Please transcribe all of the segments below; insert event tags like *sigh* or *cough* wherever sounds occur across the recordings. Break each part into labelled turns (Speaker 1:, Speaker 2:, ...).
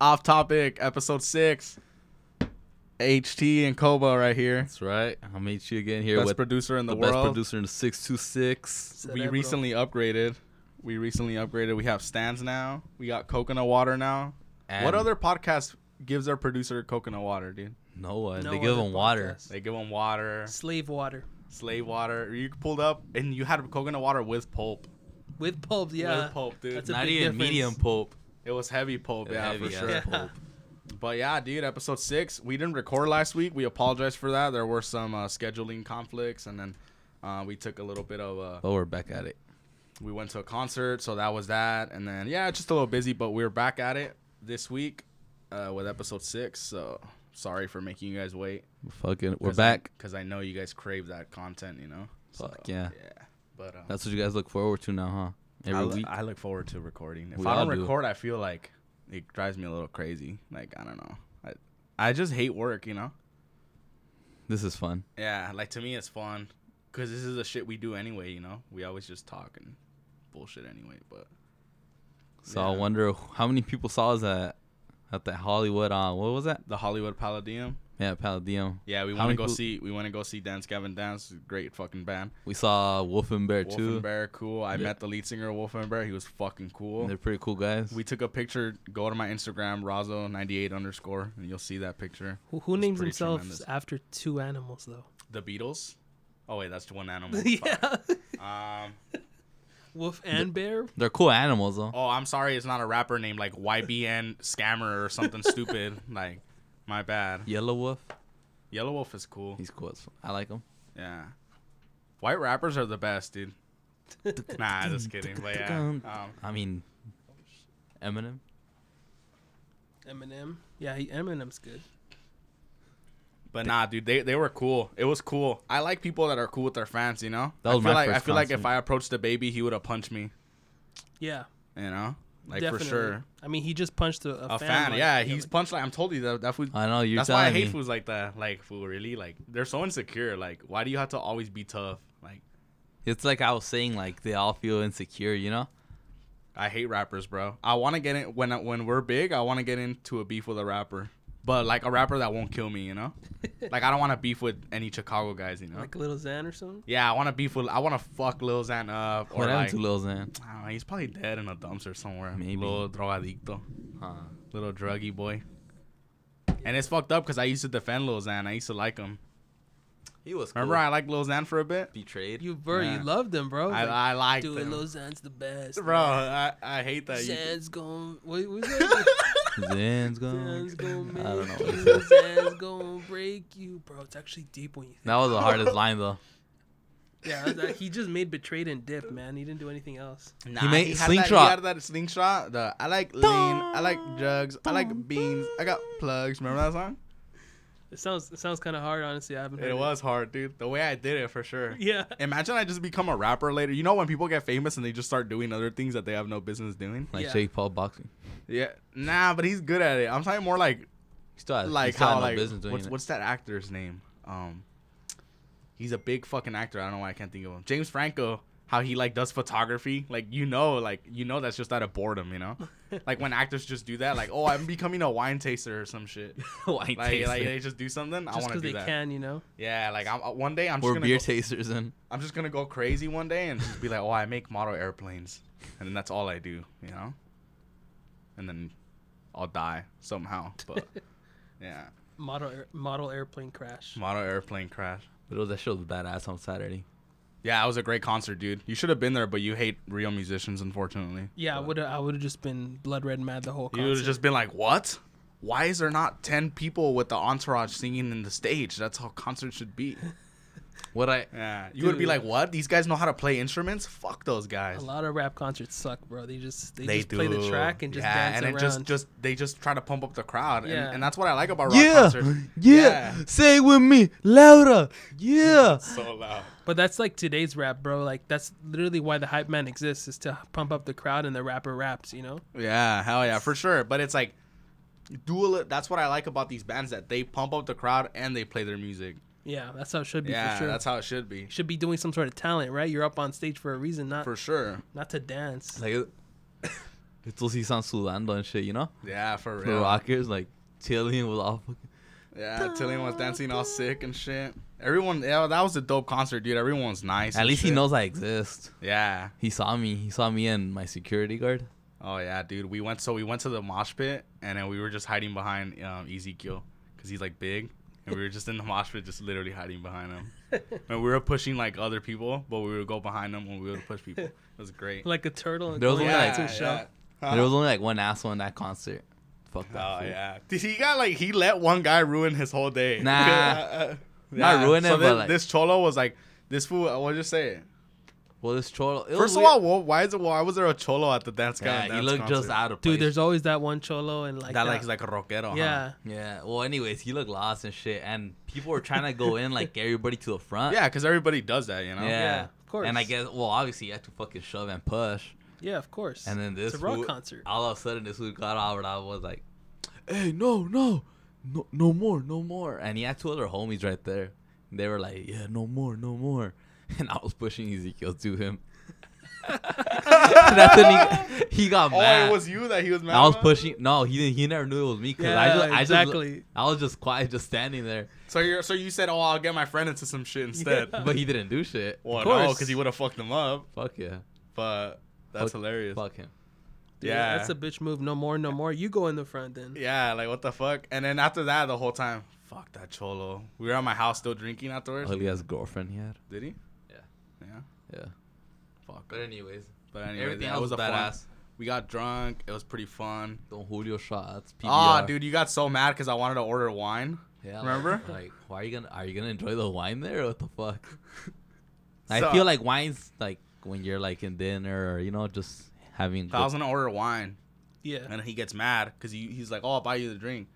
Speaker 1: Off topic, episode six. HT and Koba right here.
Speaker 2: That's right. I'll meet you again here
Speaker 1: Best
Speaker 2: with
Speaker 1: producer in
Speaker 2: the
Speaker 1: the,
Speaker 2: best
Speaker 1: world.
Speaker 2: producer in six two six.
Speaker 1: we recently upgraded. We recently upgraded. We have stands now. We got coconut water now. what other podcast gives their producer coconut water, dude?
Speaker 2: No one.
Speaker 3: No
Speaker 2: they give
Speaker 3: other
Speaker 2: them water.
Speaker 3: podcast.
Speaker 1: They give them water,
Speaker 3: Slave water
Speaker 1: slave water. You pulled up and you had coconut water with pulp.
Speaker 3: with pulp. Yeah,
Speaker 1: With pulp, dude.
Speaker 3: That's a
Speaker 2: Not
Speaker 3: big
Speaker 2: even
Speaker 3: difference.
Speaker 2: medium pulp.
Speaker 1: it was heavy pulp, yeah, for
Speaker 2: Heavy ass
Speaker 1: sure.
Speaker 3: Yeah.
Speaker 2: pulp.
Speaker 1: But yeah, dude, episode six. We didn't record last week. We apologize for that. There were some uh, scheduling conflicts, and then uh, we took a little bit of. Uh,
Speaker 2: But we're back at it.
Speaker 1: we went to a concert, so that was that. And then yeah, just a little busy, but we are back at it this week uh, with episode six. So sorry for making you guys wait.
Speaker 2: We're fucking. We're back.
Speaker 1: because I know you guys crave that content. You know. So,
Speaker 2: Fuck yeah.
Speaker 1: Yeah. But um,
Speaker 2: That's what you guys look forward to now, huh? Every
Speaker 1: I,
Speaker 2: week.
Speaker 1: look, I look forward to recording. If
Speaker 2: We
Speaker 1: I
Speaker 2: all
Speaker 1: don't
Speaker 2: do.
Speaker 1: record, I feel like it drives me a little crazy. Like I don't know. I I just hate work. You know.
Speaker 2: this is fun.
Speaker 1: Yeah, like to me, it's fun because this is the shit we do anyway. You know, we always just talk and bullshit anyway. But
Speaker 2: So I
Speaker 1: Yeah.
Speaker 2: wonder how many people saw us at at that Hollywood. Uh, what was that?
Speaker 1: the Hollywood Palladium.
Speaker 2: Yeah, Palladium.
Speaker 1: Yeah, we want
Speaker 2: How
Speaker 1: to
Speaker 2: many
Speaker 1: go
Speaker 2: people-
Speaker 1: see. We want to go see Dance Gavin Dance. Great fucking band.
Speaker 2: We saw Wolf and Bear
Speaker 1: Wolf
Speaker 2: too.
Speaker 1: and Bear, cool. I
Speaker 2: Yeah.
Speaker 1: met the lead singer of Wolf and Bear. He was fucking cool.
Speaker 2: They're pretty cool guys.
Speaker 1: We took a picture. Go to my Instagram, Razo ninety eight underscore, and you'll see that picture.
Speaker 3: Who, who
Speaker 1: It's
Speaker 3: names
Speaker 1: pretty
Speaker 3: themselves
Speaker 1: tremendous.
Speaker 3: after two animals though?
Speaker 1: The Beatles. Oh wait, that's one animal. Fuck.
Speaker 3: *laughs* yeah,
Speaker 1: Um.
Speaker 3: wolf and bear.
Speaker 2: They're cool animals though.
Speaker 1: Oh, I'm sorry. It's not a rapper named like YBN Scammer or something stupid. Like, my bad.
Speaker 2: Yellow Wolf.
Speaker 1: Yellow Wolf is cool.
Speaker 2: He's cool as fuck. I like him.
Speaker 1: Yeah. White rappers are the best,
Speaker 2: *laughs*
Speaker 1: dude. Nah, just kidding. But yeah. Um,
Speaker 2: I mean, Eminem.
Speaker 3: Eminem. Yeah, he, Eminem's good.
Speaker 1: but nah, dude, they, they were cool. It was cool. I like people that are cool with their fans, you know?
Speaker 2: That was
Speaker 1: I feel
Speaker 2: my
Speaker 1: like I
Speaker 2: first
Speaker 1: feel like if
Speaker 2: concert.
Speaker 1: I approached the baby, he would have punched me,
Speaker 3: Yeah,
Speaker 1: you know? Like
Speaker 3: definitely.
Speaker 1: for sure.
Speaker 3: I mean, he just punched a, a,
Speaker 1: A, fan, yeah.
Speaker 3: like-
Speaker 1: He's
Speaker 3: like-
Speaker 1: punched like I'm told you that that food
Speaker 2: I know Uh, you're
Speaker 1: That's
Speaker 2: telling
Speaker 1: why I hate
Speaker 2: me.
Speaker 1: fools like that. Like fool really like they're so insecure. Like why do you have to always be tough? Like
Speaker 2: It's like I was saying, like they all feel insecure, you know.
Speaker 1: I hate rappers, bro. I want to get in when I- when we're big. I want to get into a beef with a rapper, but like a rapper that won't kill me, you know. like I don't want to beef with any Chicago guys, you know.
Speaker 3: like Little Xan or something.
Speaker 1: yeah, I want to beef with. I want to fuck Lil Xan up, or
Speaker 2: What happened
Speaker 1: like
Speaker 2: to Lil Xan?
Speaker 1: I don't know, he's probably dead in a dumpster somewhere.
Speaker 2: Maybe.
Speaker 1: little drogadicto,
Speaker 2: Huh.
Speaker 1: little druggy boy. And it's fucked up because I used to defend Lil Xan. I used to like him.
Speaker 2: He was
Speaker 1: Remember, I liked Lil Xan for a bit.
Speaker 2: betrayed.
Speaker 3: You bro,
Speaker 1: Yeah.
Speaker 3: you loved him, bro.
Speaker 1: I,
Speaker 3: Like,
Speaker 1: I liked
Speaker 3: dude,
Speaker 1: him.
Speaker 3: Lil Xan's the best.
Speaker 1: Bro, I, I hate that. You,
Speaker 3: Xan's gonna. What was
Speaker 1: *laughs*
Speaker 3: *laughs* that?
Speaker 2: Zan's
Speaker 1: Oh
Speaker 2: gone.
Speaker 3: Xan's gonna make
Speaker 2: I don't know what he
Speaker 3: you. Xan's gonna break you, bro. It's actually deep when you think.
Speaker 2: That
Speaker 1: *laughs*
Speaker 2: was the hardest line though.
Speaker 3: Yeah, that- he just made betrayed and dip, man. He didn't do anything else.
Speaker 1: Nah,
Speaker 2: made
Speaker 1: had
Speaker 2: slingshot.
Speaker 1: That, he had that slingshot. The I like lean. I like drugs. I like beans. I got plugs. Remember that song?
Speaker 3: It sounds it sounds kind of hard, honestly. I haven't. Heard
Speaker 1: It was hard, dude. The way I did it for sure.
Speaker 3: *laughs*
Speaker 1: *laughs*
Speaker 3: Yeah.
Speaker 1: Imagine I just become a rapper later. You know when people get famous and they just start doing other things that they have no business doing?
Speaker 2: Like
Speaker 3: Yeah.
Speaker 2: Jake Paul boxing.
Speaker 1: Yeah. Nah, but he's good at it. I'm talking more like
Speaker 2: He still had, he
Speaker 1: like
Speaker 2: still had
Speaker 1: how
Speaker 2: no
Speaker 1: like
Speaker 2: business doing
Speaker 1: what's
Speaker 2: it.
Speaker 1: what's that actor's name? Um He's a big fucking actor. I don't know why I can't think of him. James Franco, how he like does photography. Like you know, like you know that's just out of boredom, you know? like when actors just do that, like, oh I'm becoming a wine taster or some shit.
Speaker 2: *laughs* Wine
Speaker 1: Like, like
Speaker 2: taster.
Speaker 1: they just do something. I
Speaker 3: Just
Speaker 1: want to
Speaker 3: because
Speaker 1: do
Speaker 3: they
Speaker 1: that.
Speaker 3: can, you know.
Speaker 1: Yeah, like I'm, uh, one day I'm just
Speaker 2: We're
Speaker 1: gonna
Speaker 2: beer
Speaker 1: go,
Speaker 2: tasters and
Speaker 1: I'm just gonna go crazy one day and just be like, oh, I make model airplanes, and then that's all I do, you know. And then I'll die somehow, but yeah,
Speaker 3: Model air, model airplane crash.
Speaker 1: model airplane crash.
Speaker 2: but it was that show was badass on Saturday.
Speaker 1: Yeah, it was a great concert, dude. You should have been there, but you hate real musicians, unfortunately.
Speaker 3: Yeah, I would I would have just been blood red mad the whole
Speaker 1: You would
Speaker 3: concert.
Speaker 1: have just been like, what? Why is there not ten people with the entourage singing in the stage? That's how concerts should
Speaker 3: *laughs*
Speaker 1: be.
Speaker 2: What I
Speaker 1: Yeah, you would be
Speaker 3: Dude.
Speaker 1: like, what? These guys know how to play instruments? Fuck those guys.
Speaker 3: a lot of rap concerts suck, bro. They just they,
Speaker 1: they
Speaker 3: just play the
Speaker 1: do.
Speaker 3: track and just dance
Speaker 1: and
Speaker 3: around.
Speaker 1: it just just they just try to pump up the crowd
Speaker 3: Yeah.
Speaker 1: and, and that's what i like about rock
Speaker 2: yeah,
Speaker 3: *laughs*
Speaker 1: concerts
Speaker 2: *laughs* yeah say it with me louder
Speaker 1: *laughs*
Speaker 2: yeah
Speaker 1: so loud
Speaker 3: but that's like today's rap, bro. Like that's literally why the hype man exists is to pump up the crowd and the rapper raps, you know.
Speaker 1: yeah hell yeah for sure but it's like dual that's what i like about these bands that they pump up the crowd and they play their music
Speaker 3: Yeah, that's how it should be
Speaker 1: yeah
Speaker 3: for sure.
Speaker 1: that's how it should be
Speaker 3: you should be doing some sort of talent, right? You're up on stage for a reason, not
Speaker 2: *coughs*
Speaker 1: for sure
Speaker 3: not to dance.
Speaker 2: like Estos sí están sudando and shit, you know?
Speaker 1: Yeah, for
Speaker 2: The
Speaker 1: real.
Speaker 2: Rockers, like, Tillian was all fucking.
Speaker 1: Yeah, Tillian was dancing all sick and shit. Everyone, yeah, that was a dope concert, dude. Everyone was nice.
Speaker 2: At
Speaker 1: and
Speaker 2: least he
Speaker 1: shit.
Speaker 2: knows I exist.
Speaker 1: Yeah.
Speaker 2: He saw me. He saw me and my security guard.
Speaker 1: Oh yeah, dude. We went so we went to the mosh pit and then we were just hiding behind um, Ezekiel because he's like big, and we were just in the mosh pit, just literally hiding behind him. and we were pushing like other people, but we would go behind them when we would push
Speaker 2: *laughs*
Speaker 1: people. It was great.
Speaker 3: *laughs* Like a turtle. And
Speaker 2: There was
Speaker 3: going
Speaker 2: one
Speaker 3: back
Speaker 2: like-
Speaker 3: to a shell.
Speaker 1: Huh?
Speaker 2: There was only like one asshole in that concert. Fuck that.
Speaker 1: Uh-huh. Oh
Speaker 2: fool.
Speaker 1: yeah, Dude, he got like he let one guy ruin his whole day.
Speaker 2: Nah.
Speaker 1: *laughs* Yeah,
Speaker 2: Not
Speaker 1: yeah.
Speaker 2: ruin it,
Speaker 1: So
Speaker 2: but,
Speaker 1: this,
Speaker 2: like-
Speaker 1: this cholo was like, this fool. I will just say it.
Speaker 2: Well, this cholo. it was
Speaker 1: First of
Speaker 2: weird.
Speaker 1: all, wha- why is it? Why was there a cholo at the dance guy?
Speaker 2: yeah, he looked just out of place.
Speaker 3: Dude, there's always that one cholo and like
Speaker 1: that like he's like a rockero. huh?
Speaker 3: yeah.
Speaker 2: Yeah. Well, anyways, he looked lost and shit, and people were trying to go in
Speaker 3: *laughs*
Speaker 2: like everybody to the front.
Speaker 1: yeah, because everybody does that, you know.
Speaker 2: Yeah.
Speaker 3: Oh,
Speaker 1: *laughs*
Speaker 2: *laughs*
Speaker 3: Yeah, of course.
Speaker 2: And I guess, well, obviously, you have to fucking shove and push.
Speaker 3: Yeah, of course.
Speaker 2: And then this
Speaker 3: it's a rock
Speaker 2: fool-
Speaker 3: concert.
Speaker 2: All of a sudden, this dude got out and I was like, "Hey, no, no, no, no more, no more!" And he had two other homies right there. They were like, "Yeah, no more, no more," *laughs* and I was pushing Ezekiel to him. *laughs* That's when he, he got
Speaker 1: Oh,
Speaker 2: mad.
Speaker 1: it was you that he was mad.
Speaker 2: e- I was
Speaker 1: about?
Speaker 2: pushing. No, he didn't- he never knew it was me because I
Speaker 3: Yeah,
Speaker 2: just I
Speaker 3: exactly.
Speaker 2: just I was just quiet, just standing there.
Speaker 1: So you so you said, oh, I'll get my friend into some shit instead.
Speaker 3: Yeah.
Speaker 2: But he didn't do shit.
Speaker 1: Well,
Speaker 3: Of
Speaker 1: no,
Speaker 3: course.
Speaker 1: because he would have fucked him up.
Speaker 2: Fuck yeah,
Speaker 1: But that's hilarious.
Speaker 2: fuck him.
Speaker 3: Dude,
Speaker 1: yeah.
Speaker 3: That's a bitch move. No more, no more. You go in the front then.
Speaker 1: Yeah, like what the fuck? And then after that, the whole time, fuck that cholo. We were at my house still drinking afterwards.
Speaker 2: Ugly ass girlfriend he had.
Speaker 1: Did he?
Speaker 2: Yeah.
Speaker 1: Yeah.
Speaker 2: Yeah.
Speaker 1: Fuck.
Speaker 2: But anyways,
Speaker 1: But anyway,
Speaker 2: everything
Speaker 1: that
Speaker 2: else
Speaker 1: was
Speaker 2: was
Speaker 1: a fun.
Speaker 2: badass.
Speaker 1: We got drunk. It was pretty fun.
Speaker 2: Don Julio shots. PBR.
Speaker 1: Ah, dude, you got so mad because I wanted to order wine.
Speaker 2: Yeah,
Speaker 1: Remember?
Speaker 2: Like, like, why are you gonna are you gonna enjoy the wine there? Or what the fuck?
Speaker 1: So-
Speaker 2: I feel like wine's like when you're like in dinner or you know just having.
Speaker 1: So I was gonna order wine,
Speaker 3: Yeah.
Speaker 1: and he gets mad because he, he's like, "Oh, I'll buy you the drink,"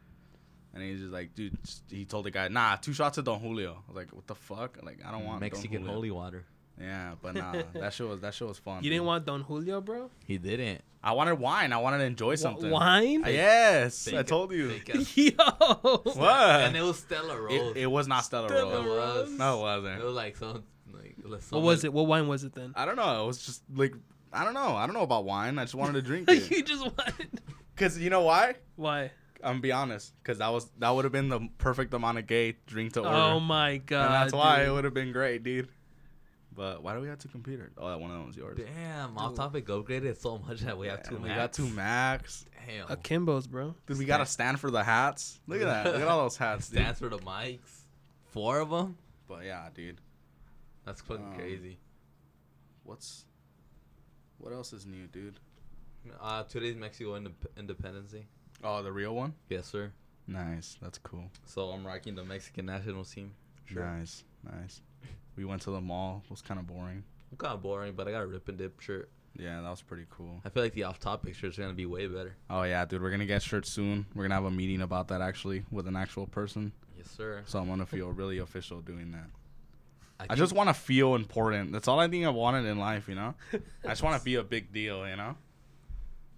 Speaker 1: and he's just like, "Dude," just- he told the guy, "Nah, two shots of Don Julio." I was like, "What the fuck? Like, I don't want Don
Speaker 2: Mexican
Speaker 1: Julio."
Speaker 2: holy water.
Speaker 1: Yeah, but nah,
Speaker 2: *laughs*
Speaker 1: that shit was that shit was fun.
Speaker 3: You
Speaker 1: dude.
Speaker 3: didn't want Don Julio, bro?
Speaker 2: He didn't.
Speaker 1: I wanted wine. I wanted to enjoy something. Uh,
Speaker 3: *laughs* Wine?
Speaker 1: Yes, I
Speaker 2: Fake-
Speaker 1: told you.
Speaker 2: fake ass-
Speaker 3: Yo.
Speaker 1: What?
Speaker 2: And it was Stella Rose.
Speaker 1: It, it was not Stella
Speaker 3: Stella
Speaker 1: Rose.
Speaker 3: Rose.
Speaker 1: No, it
Speaker 2: It
Speaker 1: wasn't.
Speaker 2: was like some like.
Speaker 3: What was it? What wine was it then?
Speaker 1: I don't know. It was just like I don't know. I don't know about wine. I just wanted to
Speaker 2: *laughs*
Speaker 1: drink it.
Speaker 3: *laughs* you just wanted.
Speaker 1: Cause you know why?
Speaker 3: Why?
Speaker 1: I'm gonna be honest. Cause that was that would have been the perfect amount of gay drink to order,
Speaker 3: Oh my god.
Speaker 1: and that's why
Speaker 3: dude.
Speaker 1: it would have been great, dude. But why do we have two computers? Oh, that one of them was yours.
Speaker 2: Damn, off topic upgraded so much that we have
Speaker 1: Yeah,
Speaker 2: two.
Speaker 1: we got two Macs.
Speaker 2: Damn.
Speaker 3: Akimbos, bro.
Speaker 1: Dude, we got to stand for the hats. Look at that. Look at all those hats, dude.
Speaker 2: Stands for the mics. Four of them.
Speaker 1: But yeah, dude.
Speaker 2: That's fucking
Speaker 1: Um,
Speaker 2: crazy.
Speaker 1: What's what else is new, dude?
Speaker 2: Uh, today's Mexico indep- Independence Day.
Speaker 1: Oh, the real one.
Speaker 2: Yes, sir.
Speaker 1: Nice. That's cool.
Speaker 2: So I'm rocking the Mexican national team. Sure.
Speaker 1: Nice. Nice. We went to the mall. It was kind of boring.
Speaker 2: I'm kind of boring, but I got a rip and dip shirt.
Speaker 1: Yeah, that was pretty cool.
Speaker 2: I feel like the off-topic shirts are gonna be way better.
Speaker 1: Oh yeah, dude, we're gonna get shirts soon. We're gonna have a meeting about that actually with an actual person.
Speaker 2: Yes, sir.
Speaker 1: So I'm gonna feel really official doing that. I
Speaker 2: think-
Speaker 1: just want to feel important. That's all I think I wanted in life, you know. I just want to be a big deal, you know.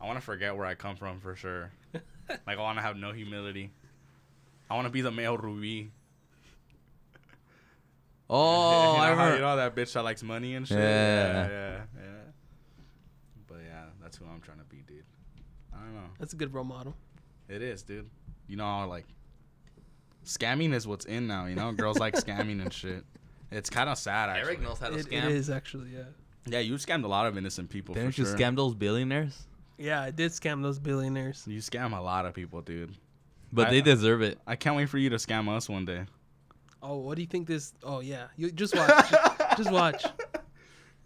Speaker 1: I want to forget where I come from for
Speaker 2: *laughs*
Speaker 1: sure. Like I want to have no humility. I want to be the male Ruby. *laughs*
Speaker 2: Oh,
Speaker 1: you know,
Speaker 2: I
Speaker 1: how-
Speaker 2: remember.
Speaker 1: you know that bitch that likes money and shit. yeah,
Speaker 2: Yeah.
Speaker 1: yeah. yeah. But yeah, that's who I'm trying to be, dude. I don't know.
Speaker 3: *laughs* That's a good role model.
Speaker 1: It is, dude. You know, how, like, scamming is what's in now. You know, girls
Speaker 2: *laughs*
Speaker 1: like scamming and shit. It's kind of sad, actually.
Speaker 2: Eric knows how to
Speaker 3: It, it
Speaker 2: scam.
Speaker 3: is actually, yeah.
Speaker 1: Yeah, you scammed a lot of innocent people.
Speaker 2: Didn't
Speaker 1: for
Speaker 2: you
Speaker 1: sure.
Speaker 2: scam those billionaires?
Speaker 3: Yeah, I did scam those billionaires.
Speaker 1: You scam a lot of people, dude.
Speaker 2: But
Speaker 1: I-
Speaker 2: they deserve it.
Speaker 1: I can't wait for you to scam us one day.
Speaker 3: Oh, what do you think this? Oh yeah, you
Speaker 1: *laughs*
Speaker 3: just watch, just watch.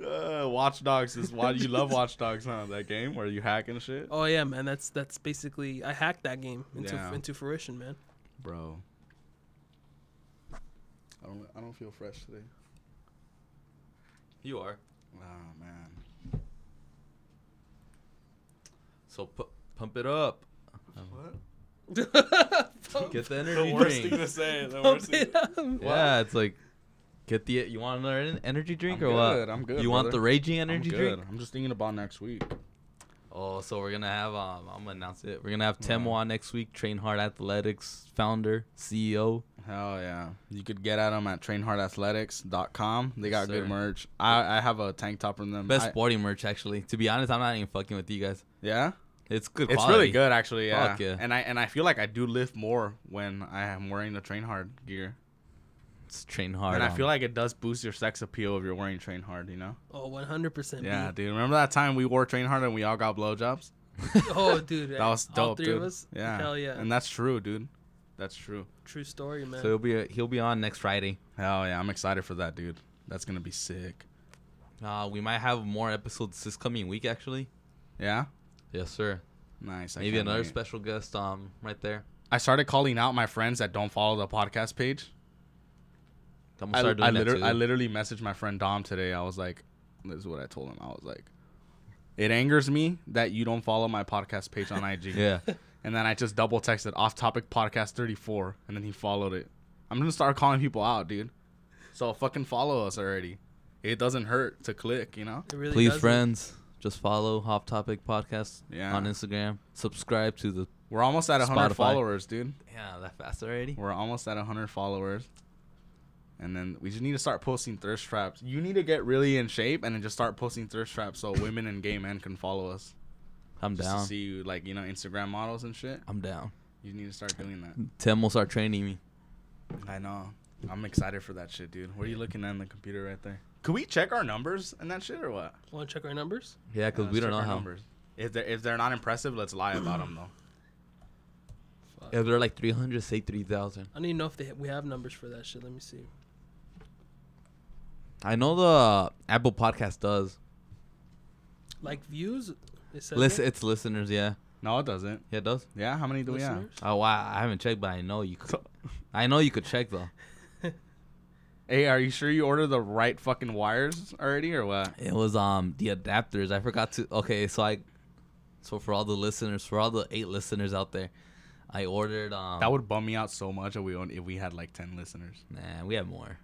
Speaker 1: Uh, Watch Dogs is why you love Watch Dogs, huh? That game where you hack and shit,
Speaker 3: Oh yeah, man. That's that's basically I hacked that game into
Speaker 1: Yeah.
Speaker 3: into
Speaker 1: *laughs*
Speaker 3: fruition, man.
Speaker 1: bro. I don't. I don't feel fresh today.
Speaker 2: You are.
Speaker 1: Oh man.
Speaker 2: So pu- pump it up.
Speaker 1: What?
Speaker 2: Get the
Speaker 1: *laughs* The
Speaker 2: energy
Speaker 1: worst thing
Speaker 2: drink.
Speaker 1: to say. The
Speaker 3: Pump
Speaker 1: worst thing.
Speaker 3: it up.
Speaker 2: *laughs* yeah, it's like, get the. You want another en- energy drink
Speaker 1: I'm
Speaker 2: or
Speaker 1: good,
Speaker 2: what?
Speaker 1: I'm good,
Speaker 2: You want
Speaker 1: brother.
Speaker 2: the raging
Speaker 1: I'm
Speaker 2: energy
Speaker 1: good.
Speaker 2: drink?
Speaker 1: I'm just thinking about next week.
Speaker 2: Oh, so we're gonna have. Um, I'm gonna announce it. We're gonna have
Speaker 1: Yeah.
Speaker 2: Tim Wa next week. Train Hard Athletics founder, E CEO.
Speaker 1: Hell yeah. You could get at them at trainhardathletics.com. They got
Speaker 2: Yes,
Speaker 1: good
Speaker 2: sir.
Speaker 1: merch. I, I have a tank top from them.
Speaker 2: Best
Speaker 1: I-
Speaker 2: sporting merch, actually. To be honest, I'm not even fucking with you guys.
Speaker 1: yeah?
Speaker 2: It's good.
Speaker 1: It's
Speaker 2: quality.
Speaker 1: really good actually. Yeah.
Speaker 2: Fuck, yeah.
Speaker 1: And I and I feel like I do lift more when I am wearing the train hard gear.
Speaker 2: It's train hard.
Speaker 1: and I
Speaker 2: on. *laughs*
Speaker 1: feel like it does boost your sex appeal if you're wearing train hard, you know?
Speaker 3: Oh, 100%.
Speaker 1: Yeah,
Speaker 3: Yeah.
Speaker 1: dude. Remember that time we wore train hard and we all got blowjobs?
Speaker 3: Oh,
Speaker 2: *laughs*
Speaker 3: dude.
Speaker 1: *laughs* That was dope,
Speaker 3: All three
Speaker 1: dude.
Speaker 3: of us.
Speaker 1: Yeah.
Speaker 3: Hell yeah.
Speaker 1: And that's true, dude. That's true.
Speaker 3: True story, man.
Speaker 2: so. He'll be he'll be on next Friday.
Speaker 1: Hell yeah, I'm excited for that, dude. That's gonna be sick.
Speaker 2: Uh, we might have more episodes this coming week actually.
Speaker 1: Yeah?
Speaker 2: Yes, sir.
Speaker 1: Nice. I
Speaker 2: Maybe
Speaker 1: can't
Speaker 2: another
Speaker 1: wait.
Speaker 2: special guest. Um, right there.
Speaker 1: I started calling out my friends that don't follow the podcast page.
Speaker 2: I'm gonna
Speaker 1: I,
Speaker 2: start doing
Speaker 1: I,
Speaker 2: that
Speaker 1: liter-
Speaker 2: too.
Speaker 1: I literally messaged my friend Dom today. I was like, this is what I told him. I was like, it angers me that you don't follow my podcast page on IG. *laughs*
Speaker 2: *laughs* yeah.
Speaker 1: And then I just double texted off topic podcast 34, and then he followed it. I'm going to start calling people out, dude. So fucking follow us already. It doesn't hurt to click, you know?
Speaker 3: It really
Speaker 2: Please,
Speaker 3: doesn't.
Speaker 2: friends, just follow Hop Topic Podcast
Speaker 1: Yeah.
Speaker 2: on Instagram. Subscribe to the.
Speaker 1: We're almost at 100
Speaker 2: Spotify.
Speaker 1: followers, dude.
Speaker 2: Yeah, that fast already.
Speaker 1: We're almost at 100 followers. And then we just need to start posting thirst traps. You need to get really in shape and then just start posting thirst traps so women and gay men can follow us.
Speaker 2: I'm
Speaker 1: Just
Speaker 2: down.
Speaker 1: to see you, like, you know, Instagram models and shit.
Speaker 2: I'm down.
Speaker 1: You need to start doing that.
Speaker 2: Tim will start training me.
Speaker 1: I know. I'm excited for that shit, dude. What are you looking at on the computer right there? Could we check our numbers and that shit or what?
Speaker 3: Want to check our numbers?
Speaker 2: Yeah, because
Speaker 1: Yeah,
Speaker 2: we
Speaker 1: let's
Speaker 2: don't
Speaker 1: check
Speaker 2: know
Speaker 1: our
Speaker 2: how.
Speaker 1: If they're if they're not impressive, let's lie about them though.
Speaker 2: If they're like 300, say 3,000.
Speaker 3: I don't even know if they we have numbers for that shit. Let me see.
Speaker 2: I know the Apple Podcast does.
Speaker 3: Like views. It says
Speaker 2: Listen,
Speaker 3: it?
Speaker 2: it's listeners, yeah.
Speaker 1: *clears throat* No, it doesn't.
Speaker 2: Yeah, it does.
Speaker 1: Yeah, how many do we have?
Speaker 3: Listeners?
Speaker 2: Oh, wow. I haven't checked, but I know
Speaker 1: *laughs*
Speaker 2: you could. I know you could check, though.
Speaker 1: Hey, are you sure you ordered the right fucking wires already or what?
Speaker 2: It was um the adapters. I forgot to. Okay, so I. So for all the listeners, for all the eight listeners out there, I ordered. um
Speaker 1: That would bum me out so much if we own, if we had like ten listeners.
Speaker 2: Nah, we have more.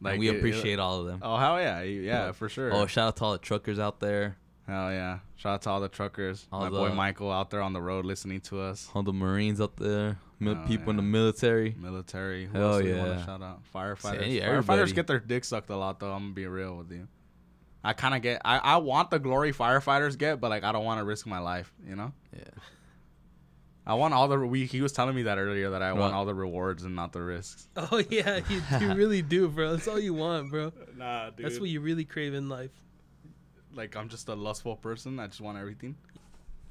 Speaker 1: Like
Speaker 2: Like we
Speaker 1: it- it-
Speaker 2: appreciate all of them.
Speaker 1: Oh hell yeah, you- yeah for sure.
Speaker 2: Oh, shout out to all the truckers out there,
Speaker 1: hell yeah! Shout out to all the truckers,
Speaker 2: All
Speaker 1: my boy
Speaker 2: the-
Speaker 1: Michael out there on the road listening to us.
Speaker 2: all the Marines out there, mil-
Speaker 1: Oh,
Speaker 2: people in the
Speaker 1: yeah.
Speaker 2: military.
Speaker 1: Military. Who
Speaker 2: Hell
Speaker 1: else do you want
Speaker 2: yeah.
Speaker 1: to shout out? Firefighters.
Speaker 2: Say, everybody.
Speaker 1: Firefighters get their dick sucked a lot, though. I'm gonna be real with you. I kind of get. I, I want the glory firefighters get, but like I don't want to risk my life. You know.
Speaker 2: Yeah.
Speaker 1: I want all the. We, he was telling me that earlier that I
Speaker 2: What?
Speaker 1: want all the rewards and not the risks.
Speaker 3: Oh *laughs* yeah, you,
Speaker 1: *laughs*
Speaker 3: you really do, bro. That's all you want, bro.
Speaker 1: Nah, dude.
Speaker 3: That's what you really crave in life.
Speaker 1: like I'm just a lustful person. I just want everything.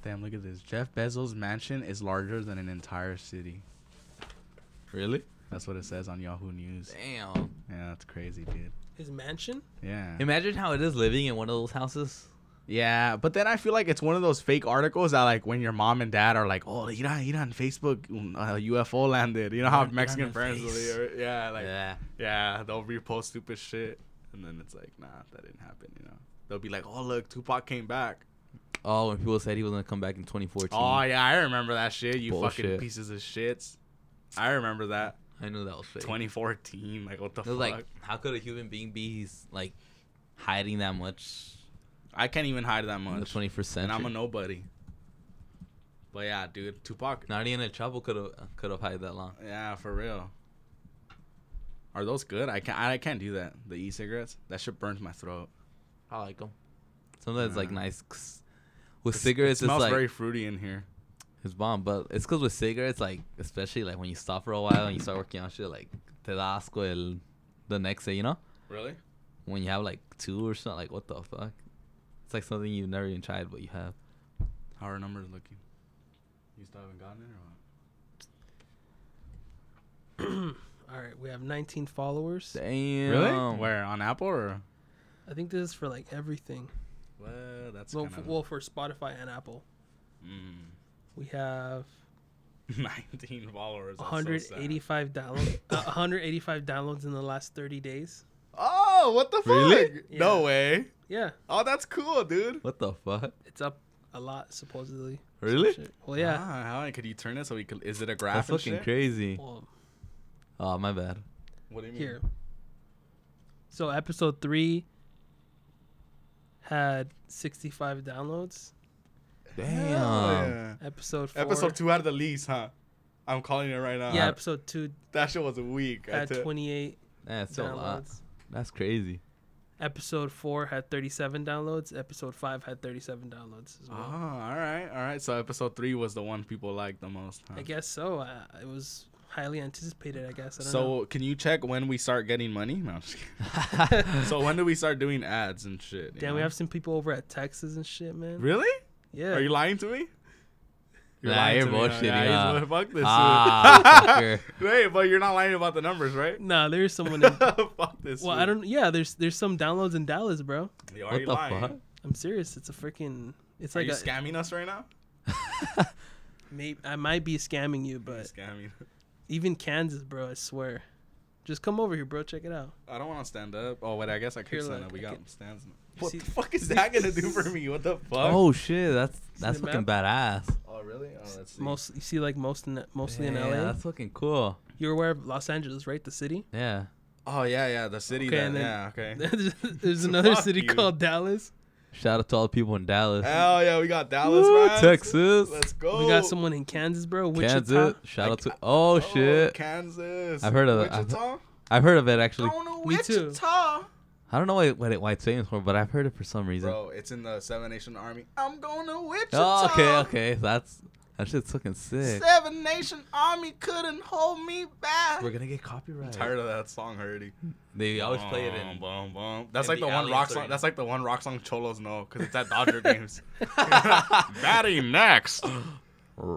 Speaker 1: Damn, look at this. Jeff Bezos' mansion is larger than an entire city.
Speaker 2: Really?
Speaker 1: That's what it says on Yahoo News.
Speaker 2: Damn.
Speaker 1: Yeah, that's crazy, dude.
Speaker 3: His mansion? *clears throat*
Speaker 1: Yeah.
Speaker 2: Imagine how it is living in one of those houses.
Speaker 1: Yeah, but then I feel like it's one of those fake articles that like when your mom and dad are like, "Oh, you know, you know, on Facebook, mm, uh, UFO landed." You know how
Speaker 2: Iran-
Speaker 1: Mexican
Speaker 2: Iranian
Speaker 1: friends, will
Speaker 2: face.
Speaker 1: be, right? yeah, like yeah.
Speaker 2: yeah.
Speaker 1: they'll repost stupid shit, and then it's like, nah, that didn't happen. You know, they'll be like, "Oh, look, Tupac came back."
Speaker 2: Oh, when people said he was gonna come back in 2014.
Speaker 1: Oh yeah, I remember that shit. You fucking
Speaker 2: Bullshit.
Speaker 1: pieces of shits. I remember that
Speaker 2: I knew that was fake.
Speaker 1: 2014. Like what the
Speaker 2: It
Speaker 1: fuck?
Speaker 2: was like, how could a human being be like hiding that much
Speaker 1: I can't even hide that
Speaker 2: in the
Speaker 1: much,
Speaker 2: 21st century?
Speaker 1: and I'm a nobody. But yeah, dude, Tupac.
Speaker 2: Not even a trouble could have could have hid that long.
Speaker 1: Yeah, for real. Are those good? I can't. I can't do that. The e-cigarettes. That shit burns my throat.
Speaker 2: I like them. Sometimes it's like
Speaker 1: Yeah.
Speaker 2: nice. 'cause With
Speaker 1: It's-
Speaker 2: cigarettes,
Speaker 1: it
Speaker 2: it's
Speaker 1: smells
Speaker 2: like
Speaker 1: very fruity in here.
Speaker 2: It's bomb, but it's because with cigarettes, like especially like when you stop for a while and you start working on shit, like te da asco el, the next day, you know,
Speaker 1: Really?
Speaker 2: when you have like two or something, like what the fuck? It's like something you've never even tried, but you have.
Speaker 1: How are numbers looking? You still haven't gotten it or what?
Speaker 3: All right, we have 19 followers.
Speaker 2: Damn.
Speaker 1: Where on Apple or?
Speaker 3: I think this is for like everything.
Speaker 1: Well, that's
Speaker 3: Well,
Speaker 1: kind
Speaker 3: for,
Speaker 1: of.
Speaker 3: well, for Spotify and Apple,
Speaker 1: mm, *laughs*
Speaker 3: we have
Speaker 1: 19 followers. That's so sad. *laughs*
Speaker 3: 185 downloads. uh, 185 downloads in the last 30 days.
Speaker 1: Oh, what the fuck?
Speaker 2: Really?
Speaker 1: No
Speaker 3: Yeah.
Speaker 1: way.
Speaker 3: Yeah,
Speaker 1: Oh, that's cool, dude.
Speaker 2: What the fuck?
Speaker 3: it's up a lot supposedly.
Speaker 2: Really?
Speaker 3: Shit. Well, yeah.
Speaker 1: Ah, how could you turn it so we could? Is it a graph?
Speaker 2: That's
Speaker 1: and
Speaker 2: fucking
Speaker 1: shit?
Speaker 2: crazy.
Speaker 3: Well,
Speaker 2: Oh my bad.
Speaker 1: What do you mean?
Speaker 3: here. So episode three had 65 downloads.
Speaker 2: Damn.
Speaker 3: Episode four.
Speaker 1: Episode two Uh-huh. out of the least, huh? I'm calling it right now.
Speaker 3: Yeah, episode two
Speaker 1: That shit was weak. I
Speaker 3: had
Speaker 1: tell-
Speaker 3: 28
Speaker 2: That's a lot.
Speaker 3: downloads.
Speaker 2: That's crazy. *laughs*
Speaker 3: Episode four had 37 downloads. Episode five had 37 downloads as well.
Speaker 1: Ah, all right, all right. So episode three was the one people liked the most. huh?
Speaker 3: I guess so. Uh, it was highly anticipated. I guess. I don't know.
Speaker 1: So can you check when we start getting money? No, I'm just kidding. *laughs* so when do we start doing ads and shit? you
Speaker 3: Damn, we
Speaker 1: know?
Speaker 3: have some people over at Texas and shit, man.
Speaker 1: really?
Speaker 3: Yeah.
Speaker 1: Are you lying to me?
Speaker 2: Nah, you're
Speaker 1: to me, huh?
Speaker 2: bullshitting,
Speaker 1: Yeah, he's-
Speaker 2: huh?
Speaker 1: fuck this.
Speaker 2: *laughs* Ah, fucker.
Speaker 1: dude. *laughs* Wait, but you're not lying about the numbers,
Speaker 3: *laughs*
Speaker 1: right?
Speaker 3: nah, there's someone. In,
Speaker 1: *laughs* fuck this.
Speaker 3: well, I don't. Yeah, there's there's some downloads in Dallas, bro.
Speaker 1: You're
Speaker 2: What
Speaker 1: already
Speaker 2: the
Speaker 1: lying.
Speaker 2: fuck?
Speaker 3: I'm serious. It's a freaking. It's
Speaker 1: Are
Speaker 3: like
Speaker 1: you
Speaker 3: a.
Speaker 1: scamming us right now?
Speaker 3: maybe I might be scamming you,
Speaker 1: You're
Speaker 3: but
Speaker 1: scamming.
Speaker 3: even Kansas, bro. I swear. Just come over here, bro. Check it out.
Speaker 1: I don't want to stand up. Oh wait, I guess I could
Speaker 3: Here,
Speaker 1: stand
Speaker 3: look,
Speaker 1: up. We
Speaker 3: I
Speaker 1: got
Speaker 3: can-
Speaker 1: stands. now.
Speaker 3: *laughs*
Speaker 1: What
Speaker 3: see-
Speaker 1: the fuck is that gonna do for me? What the fuck?
Speaker 2: Oh shit, that's that's
Speaker 3: the
Speaker 2: fucking badass.
Speaker 1: Oh, really? Oh, let's see.
Speaker 3: Most you see like most in, mostly
Speaker 2: yeah,
Speaker 3: in LA.
Speaker 2: that's fucking cool.
Speaker 3: You're aware of Los Angeles, right? The city.
Speaker 2: Yeah.
Speaker 1: oh yeah, yeah. The city.
Speaker 3: Okay,
Speaker 1: that-
Speaker 3: and then-
Speaker 1: yeah. Okay.
Speaker 3: *laughs*
Speaker 1: *laughs*
Speaker 3: there's there's another
Speaker 1: Fuck
Speaker 3: city
Speaker 1: you.
Speaker 3: called Dallas.
Speaker 2: Shout out to all the people in Dallas.
Speaker 1: Hell yeah, we got Dallas,
Speaker 2: Woo,
Speaker 1: man.
Speaker 2: *laughs* Texas.
Speaker 1: Let's go.
Speaker 3: We got someone in Kansas, bro. Wichita.
Speaker 2: Kansas. Shout out to Oh
Speaker 1: Oh,
Speaker 2: shit.
Speaker 1: Kansas.
Speaker 2: I've heard of that. I've-
Speaker 1: Wichita.
Speaker 2: I've heard of it actually.
Speaker 1: Going to
Speaker 3: Me too.
Speaker 1: Wichita.
Speaker 2: I don't know why what it why it's famous for, but I've heard it for some reason.
Speaker 1: Bro, it's in the Seven Nation Army. I'm going to Wichita.
Speaker 2: Oh, okay, okay. That's that shit's fucking sick.
Speaker 1: Seven Nation Army couldn't hold me back.
Speaker 2: We're gonna get copyright.
Speaker 1: tired of that song already.
Speaker 2: They always play it
Speaker 1: Bum,
Speaker 2: in.
Speaker 1: bum, bum. That's
Speaker 2: in
Speaker 1: like
Speaker 2: the
Speaker 1: the, one
Speaker 2: alley
Speaker 1: rock
Speaker 2: so
Speaker 1: song.
Speaker 2: you
Speaker 1: That's like the one rock song Cholos know because it's at
Speaker 2: *laughs*
Speaker 1: Dodger games. Batting next,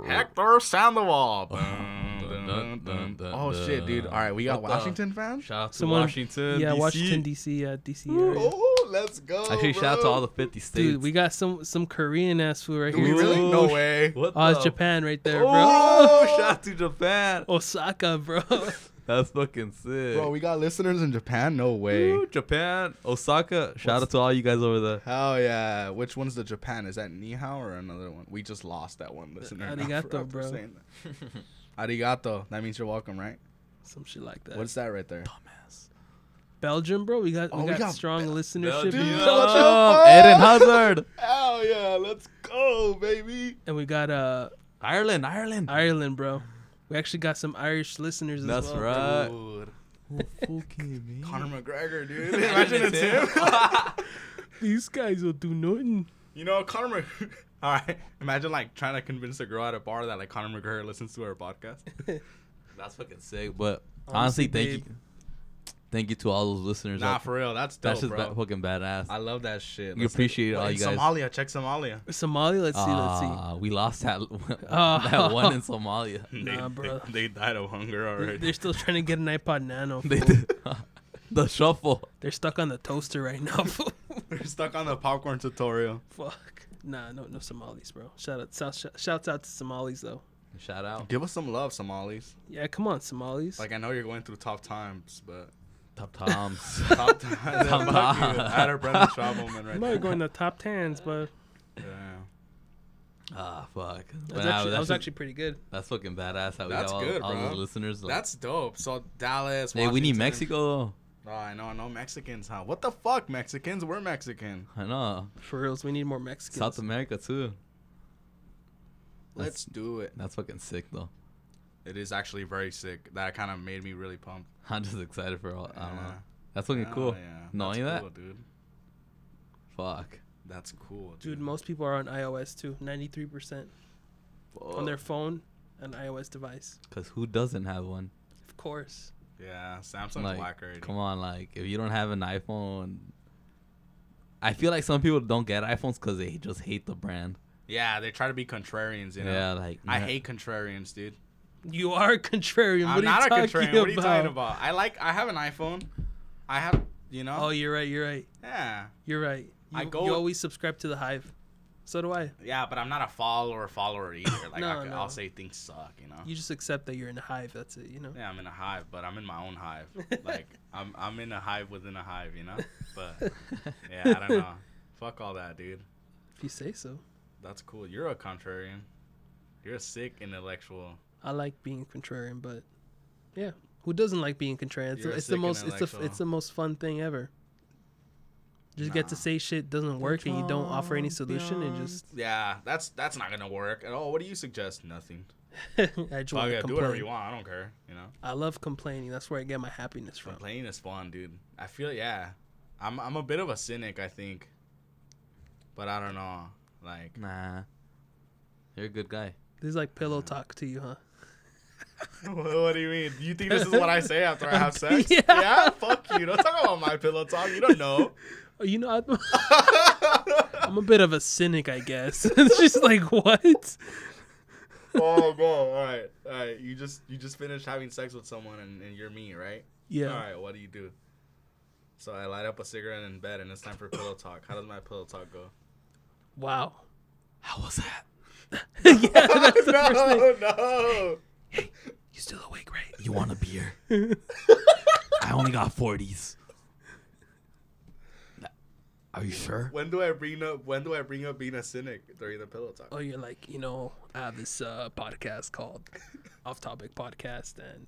Speaker 1: Hector Sandoval. Dun, dun, dun, dun, dun. Oh shit, dude! All right, we got
Speaker 2: What the-
Speaker 1: Washington fans.
Speaker 2: Shout out to
Speaker 3: Someone-
Speaker 2: Washington.
Speaker 3: yeah,
Speaker 2: DC.
Speaker 3: Washington D.C. Yeah, D.C. area.
Speaker 1: Oh, let's go!
Speaker 2: Actually, shout out to
Speaker 1: bro.
Speaker 2: all the 50 states.
Speaker 3: Dude, we got some some Korean ass food right
Speaker 1: Do we
Speaker 3: here.
Speaker 1: really?
Speaker 2: Ooh,
Speaker 1: No
Speaker 2: sh-
Speaker 1: way.
Speaker 2: What
Speaker 3: Oh, it's
Speaker 2: the-
Speaker 3: Japan right there, bro.
Speaker 2: *laughs* Oh,
Speaker 1: bro.
Speaker 2: shout out to Japan.
Speaker 3: Osaka, bro. *laughs*
Speaker 2: That's fucking sick.
Speaker 1: Bro, we got listeners in Japan. No way.
Speaker 2: Ooh, Japan, Osaka. Shout out to all you guys over there.
Speaker 1: Hell yeah! Which one's the Japan? Is that Nihao or another one? We just lost that one listener. *laughs* now
Speaker 3: arigato,
Speaker 1: for- for
Speaker 3: bro.
Speaker 1: saying that. arigato. That means you're welcome, right?
Speaker 3: some shit like that.
Speaker 1: What's that right there?
Speaker 3: Belgium, bro? We got
Speaker 1: Oh,
Speaker 3: we
Speaker 1: we
Speaker 3: got,
Speaker 1: got
Speaker 3: strong
Speaker 1: Bel-
Speaker 3: listenership,
Speaker 1: Belgium.
Speaker 3: here.
Speaker 1: Belgium.
Speaker 2: Eden Hazard,
Speaker 1: Hell yeah! Let's go, baby.
Speaker 3: and we got uh
Speaker 2: *laughs* Ireland, Ireland.
Speaker 3: Ireland, bro. We actually got some Irish listeners as
Speaker 2: That's
Speaker 3: well.
Speaker 2: right.
Speaker 1: Dude.
Speaker 2: Oh,
Speaker 3: *laughs*
Speaker 2: fucking
Speaker 1: Conor
Speaker 2: *laughs*
Speaker 1: McGregor, dude. Imagine it's him.
Speaker 3: These guys will do nothing. *laughs*
Speaker 2: *laughs*
Speaker 1: you know, Conor. Mc- *laughs* All right. Imagine like trying to convince a girl at a bar that like Conor McGregor listens to our podcast.
Speaker 2: That's fucking sick. But honestly, thank
Speaker 3: babe.
Speaker 2: you, thank you to all those listeners.
Speaker 1: nah,
Speaker 2: out-
Speaker 1: for real. That's dope,
Speaker 2: that's just ba-
Speaker 1: bro.
Speaker 2: fucking badass.
Speaker 1: I love that shit.
Speaker 2: We
Speaker 1: Let's-
Speaker 2: appreciate
Speaker 1: Wait,
Speaker 2: all you guys.
Speaker 1: Somalia, check Somalia.
Speaker 3: Somalia, let's see, let's see.
Speaker 2: Ah, we lost that *laughs*
Speaker 3: Ah.
Speaker 2: that one in Somalia. *laughs*
Speaker 3: Nah,
Speaker 1: they,
Speaker 3: bro.
Speaker 1: They, they died of hunger already.
Speaker 3: They're still trying to get an iPod Nano.
Speaker 2: They did *laughs* the shuffle.
Speaker 3: *laughs* They're stuck on the toaster right now. *laughs* fool.
Speaker 1: *laughs* They're stuck on the popcorn tutorial.
Speaker 3: Fuck. Nah, no, no Somalis, bro. Shout out, shout, shout- shouts out to Somalis though.
Speaker 2: Shout out
Speaker 1: Give us some love, Somalis.
Speaker 3: Yeah, come on, Somalis.
Speaker 1: Like I know you're going through tough times,
Speaker 2: *laughs*
Speaker 1: but
Speaker 2: Top Toms.
Speaker 1: top times. *laughs* Fuck you. I had a Brendan Schaub moment *laughs*
Speaker 3: I'm
Speaker 1: right
Speaker 3: not
Speaker 1: there.
Speaker 3: going to top tens, but
Speaker 1: Yeah.
Speaker 2: ah, fuck. But
Speaker 3: that's
Speaker 2: nah,
Speaker 3: actually, that
Speaker 2: that's
Speaker 3: was
Speaker 2: just-
Speaker 3: actually pretty good.
Speaker 2: that's fucking badass. How we
Speaker 1: That's
Speaker 2: have all,
Speaker 1: good,
Speaker 2: all
Speaker 1: bro.
Speaker 2: those listeners. Like,
Speaker 1: That's dope. So Dallas.
Speaker 2: hey, we need
Speaker 1: Washington.
Speaker 2: Mexico. though.
Speaker 1: Oh, I know, I know Mexicans, huh? What the fuck, Mexicans? We're Mexican.
Speaker 2: I know.
Speaker 3: For reals, we need more Mexicans.
Speaker 2: South America too.
Speaker 1: Let's do it.
Speaker 2: That's fucking sick though. *laughs*
Speaker 1: It is actually very sick. That kind of made me really pumped.
Speaker 2: I'm just excited for all. I don't know.
Speaker 1: Yeah.
Speaker 2: That's looking
Speaker 1: Oh,
Speaker 2: cool.
Speaker 1: yeah.
Speaker 2: Knowing
Speaker 1: That's
Speaker 2: that,
Speaker 1: cool, dude.
Speaker 2: fuck.
Speaker 1: That's cool, dude.
Speaker 3: Dude, most people are on iOS too. Ninety-three percent on
Speaker 1: Oh.
Speaker 3: their phone, an iOS device.
Speaker 2: Cause who doesn't have one?
Speaker 3: Of course.
Speaker 1: yeah, Samsung's
Speaker 2: Like,
Speaker 1: whack already.
Speaker 2: come on, like if you don't have an iPhone, I feel like some people don't get iPhones because they just hate the brand.
Speaker 1: Yeah, they try to be contrarians, you know.
Speaker 2: Yeah, like
Speaker 1: I
Speaker 2: nah.
Speaker 1: hate contrarians, dude.
Speaker 3: You are a contrarian.
Speaker 1: I'm
Speaker 3: what
Speaker 1: not a
Speaker 3: are you talking
Speaker 1: contrarian.
Speaker 3: about?
Speaker 1: What are you talking about? I like. I have an iPhone. I have. You know.
Speaker 3: Oh, you're right. You're right.
Speaker 1: yeah.
Speaker 3: You're right. You,
Speaker 1: I go-
Speaker 3: you always subscribe to the Hive. So do I.
Speaker 1: Yeah, but I'm not a follower follower
Speaker 3: *coughs*
Speaker 1: either. Like
Speaker 3: No,
Speaker 1: I could,
Speaker 3: no.
Speaker 1: I'll say things suck, you know.
Speaker 3: You just accept that you're in a Hive. That's it. You know.
Speaker 1: yeah, I'm in a hive, but I'm in my own *laughs* hive. Like I'm I'm in a hive within a hive, you know. But yeah, I *laughs* don't know. Fuck all that, dude.
Speaker 3: *laughs* If you say so.
Speaker 1: That's cool. You're a contrarian. You're a sick intellectual.
Speaker 3: I like being contrarian, but yeah, who doesn't like being contrarian? It's,
Speaker 1: You're a
Speaker 3: it's the
Speaker 1: sick
Speaker 3: most it's the
Speaker 1: intellectual.
Speaker 3: it's the most fun thing ever. Just get to
Speaker 1: Nah.
Speaker 3: say shit doesn't work and you don't offer any solution and just *laughs*
Speaker 1: Yeah, that's that's not gonna work at all. What do you suggest? Nothing.
Speaker 3: I just
Speaker 1: Fuck
Speaker 3: want
Speaker 1: Oh, yeah,
Speaker 3: to
Speaker 1: do whatever
Speaker 3: complain.
Speaker 1: you want. I don't care. You know,
Speaker 3: I love complaining. That's where I get my happiness from.
Speaker 1: complaining is fun, dude. I feel yeah. I'm I'm a bit of a cynic, I think. But I don't know. Like *laughs*
Speaker 2: Nah. You're a good guy.
Speaker 3: This is like pillow talk to you, huh?
Speaker 1: what do you mean? You think this is what I say after I have
Speaker 3: *laughs*
Speaker 1: sex?
Speaker 3: Yeah.
Speaker 1: fuck you. Don't talk about my pillow talk. You don't know.
Speaker 3: Oh, You know, I'm, *laughs* I'm a bit of a cynic, I guess. *laughs* it's just like
Speaker 1: *laughs*
Speaker 3: what?
Speaker 1: oh god. All right. All right. You just you just finished having sex with someone and, and you're me, right?
Speaker 3: Yeah.
Speaker 1: All right. What do you do? So I light up a cigarette in bed and it's time for pillow talk. How does my pillow talk go?
Speaker 3: Wow.
Speaker 2: How was that?
Speaker 3: yeah, *laughs* that's the
Speaker 1: *laughs*
Speaker 3: first thing.
Speaker 1: no.
Speaker 3: You still awake, right?
Speaker 2: You want a beer? I only got 40s. Are you sure?
Speaker 1: When do I bring up when do I bring up being a cynic during the pillow talk?
Speaker 3: Oh, you're like, you know, I have this uh, podcast called Off Topic Podcast, and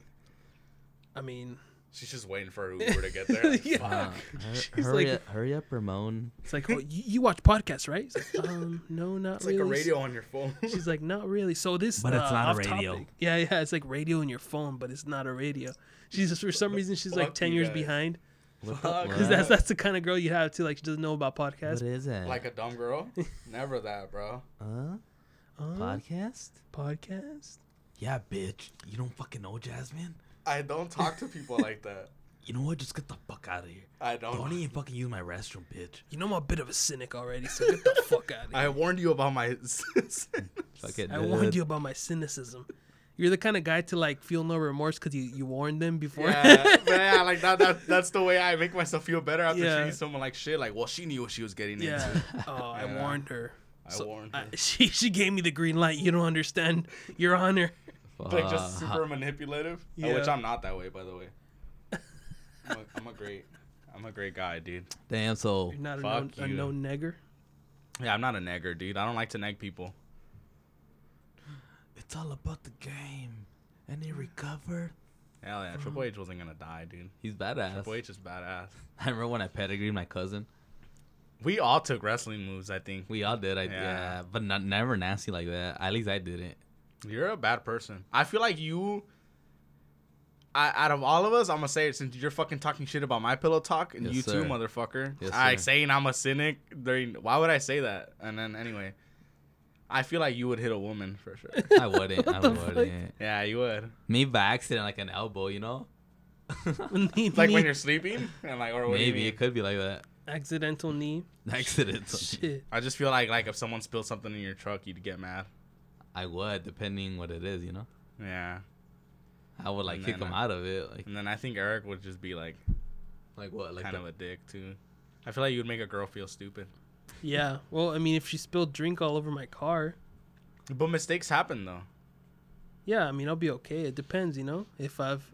Speaker 3: I mean,
Speaker 1: She's just waiting for Uber to get there.
Speaker 3: *laughs* yeah,
Speaker 2: Wow.
Speaker 3: She's
Speaker 2: hurry,
Speaker 3: like-
Speaker 2: up, hurry up, Ramon.
Speaker 3: it's like, oh, you, you watch podcasts, right? It's like, um, no, not
Speaker 1: It's like
Speaker 3: really.
Speaker 1: a radio on your phone. *laughs*
Speaker 3: She's like, not really. So this,
Speaker 2: But it's
Speaker 3: uh,
Speaker 2: not a
Speaker 3: off
Speaker 2: radio.
Speaker 3: topic- Yeah, yeah, it's like radio in your phone, but it's not a radio. She's just for some reason she's like
Speaker 1: Fuck
Speaker 3: ten
Speaker 1: you
Speaker 3: years
Speaker 1: guys.
Speaker 3: behind.
Speaker 2: What
Speaker 1: Fuck.
Speaker 2: what?
Speaker 1: Yeah.
Speaker 3: Because that's that's the kind of girl you have to like. She doesn't know about
Speaker 2: what
Speaker 3: podcasts.
Speaker 2: is it?
Speaker 1: like a dumb
Speaker 3: *laughs*
Speaker 1: girl? Never that, bro.
Speaker 2: huh?
Speaker 3: Uh,
Speaker 2: podcast?
Speaker 3: podcast.
Speaker 2: Yeah, bitch. You don't fucking know Jasmine?
Speaker 1: I don't talk to people like that.
Speaker 2: You know what? Just get the fuck out of here.
Speaker 1: I
Speaker 3: Oh.
Speaker 1: don't.
Speaker 2: Don't even fucking use my restroom, bitch.
Speaker 3: You know I'm a bit of a cynic already, so get the
Speaker 1: *laughs*
Speaker 3: fuck out of here.
Speaker 1: I warned you about my. *laughs*
Speaker 2: Fuck it.
Speaker 3: I, warned you about my cynicism. You're the kind of guy to like feel no remorse because you, you warned them before. *laughs*
Speaker 1: yeah, yeah, like that, that. That's the way I make myself feel better after
Speaker 3: Yeah.
Speaker 1: treating someone like shit. Like, well, she knew what she was getting
Speaker 3: Yeah.
Speaker 1: *laughs*
Speaker 3: *laughs*
Speaker 1: into.
Speaker 3: Oh, I
Speaker 1: Yeah.
Speaker 3: warned her.
Speaker 1: I warned
Speaker 3: *laughs*
Speaker 1: her. *laughs*
Speaker 3: she she gave me the green light. You don't understand, Your Honor.
Speaker 1: Like, just super manipulative. Uh, Which
Speaker 3: Uh, Yeah.
Speaker 1: I'm not that way, by the
Speaker 3: *laughs*
Speaker 1: way. I'm a, I'm a great, I'm a great guy, dude.
Speaker 2: Damn, so
Speaker 3: You're not a known,
Speaker 1: Fuck
Speaker 3: a
Speaker 1: you.
Speaker 3: known *laughs* nigger.
Speaker 1: Yeah, I'm not a negger, dude. I don't like to neg people.
Speaker 2: it's all about the game. And he recovered.
Speaker 1: Hell yeah, Triple
Speaker 3: Mm.
Speaker 1: H wasn't gonna die, dude.
Speaker 2: He's badass.
Speaker 1: Triple H is badass.
Speaker 2: I remember when I pedigreed my cousin.
Speaker 1: We all took wrestling moves, I think.
Speaker 2: We all did. I, yeah.
Speaker 1: Yeah.
Speaker 2: but not, never nasty like that. At least I
Speaker 3: *laughs*
Speaker 2: didn't.
Speaker 1: You're a bad person. I feel like you. I, out of all of us, I'm gonna say it since you're fucking talking shit about my pillow talk and
Speaker 2: Yes,
Speaker 1: you
Speaker 2: sir.
Speaker 1: too, motherfucker.
Speaker 2: Yes,
Speaker 1: I
Speaker 2: sir.
Speaker 1: saying I'm a cynic during. Why would I say that? And then anyway, I feel like you would hit a woman for
Speaker 2: *laughs*
Speaker 1: sure.
Speaker 2: I wouldn't. I
Speaker 3: the fuck?
Speaker 2: wouldn't.
Speaker 1: yeah, you would.
Speaker 2: Me by accident, like an elbow, you know?
Speaker 1: *laughs* It's like when you're sleeping and like or what do you
Speaker 2: Maybe
Speaker 1: mean?
Speaker 2: it could be like that. *laughs*
Speaker 3: accidental knee.
Speaker 1: *laughs*
Speaker 2: Accident.
Speaker 3: Shit.
Speaker 1: I just feel like like if someone spilled something in your truck, you'd get mad.
Speaker 2: I would, depending what it is, you know.
Speaker 1: Yeah,
Speaker 2: I would like
Speaker 1: And
Speaker 2: kick
Speaker 1: then
Speaker 2: him
Speaker 1: I-
Speaker 2: out of it, like
Speaker 1: and then I think Eric would just be like
Speaker 2: like what, like
Speaker 1: kind
Speaker 2: the-
Speaker 1: of a dick too. I feel like you would make a girl feel stupid.
Speaker 3: Yeah. Well, I mean, if she spilled drink all over my car,
Speaker 1: But mistakes happen though.
Speaker 3: yeah, I mean, I'll be okay. It depends, you know, if I've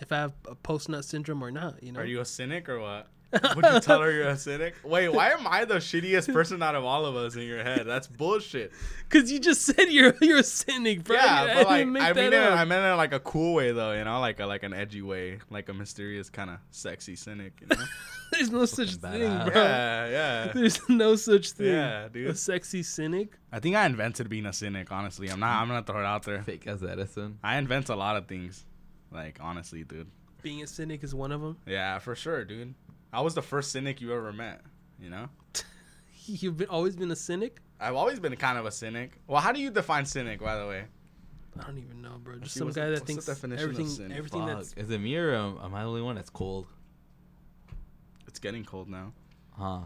Speaker 3: if I have a post nut syndrome or not, you know.
Speaker 1: Are you a cynic or
Speaker 3: *laughs*
Speaker 1: what? Would you tell her you're a cynic? Wait, why am I the
Speaker 3: *laughs*
Speaker 1: shittiest person out of all of us in your head? That's bullshit.
Speaker 3: Cause you just said you're you're a cynic, *laughs* bro.
Speaker 1: yeah,
Speaker 3: I
Speaker 1: but like I
Speaker 3: didn't make
Speaker 1: mean, it,
Speaker 3: that up.
Speaker 1: I meant it in like a cool way though, you know, like a, like an edgy way, like a mysterious kind of sexy cynic. You know?
Speaker 3: There's no such
Speaker 2: Fucking
Speaker 3: thing,
Speaker 2: badass.
Speaker 3: *laughs* bro.
Speaker 1: yeah, yeah,
Speaker 3: *laughs* There's no such thing.
Speaker 1: yeah,
Speaker 3: A
Speaker 1: dude.
Speaker 3: sexy cynic.
Speaker 1: I think I invented being a cynic. Honestly, I'm not. I'm gonna throw it out there.
Speaker 2: *laughs* fake as Edison.
Speaker 1: I invent a lot of things. Like honestly, dude.
Speaker 3: Being a cynic is one of them.
Speaker 1: Yeah, for sure, dude. I was the first cynic you ever met. You know.
Speaker 3: *laughs* You've been, always been a cynic.
Speaker 1: I've always been kind of a cynic. Well, how do you define cynic, by the way?
Speaker 3: I don't even know, bro. Just
Speaker 1: see,
Speaker 3: some
Speaker 1: what's
Speaker 3: guy
Speaker 1: the-
Speaker 3: that
Speaker 1: what's the
Speaker 3: thinks
Speaker 1: definition of
Speaker 3: everything,
Speaker 1: cynic?
Speaker 3: everything
Speaker 2: Fuck.
Speaker 3: that's
Speaker 2: Is it me or um, am I the only one that's cold?
Speaker 1: It's getting cold now.
Speaker 2: Huh.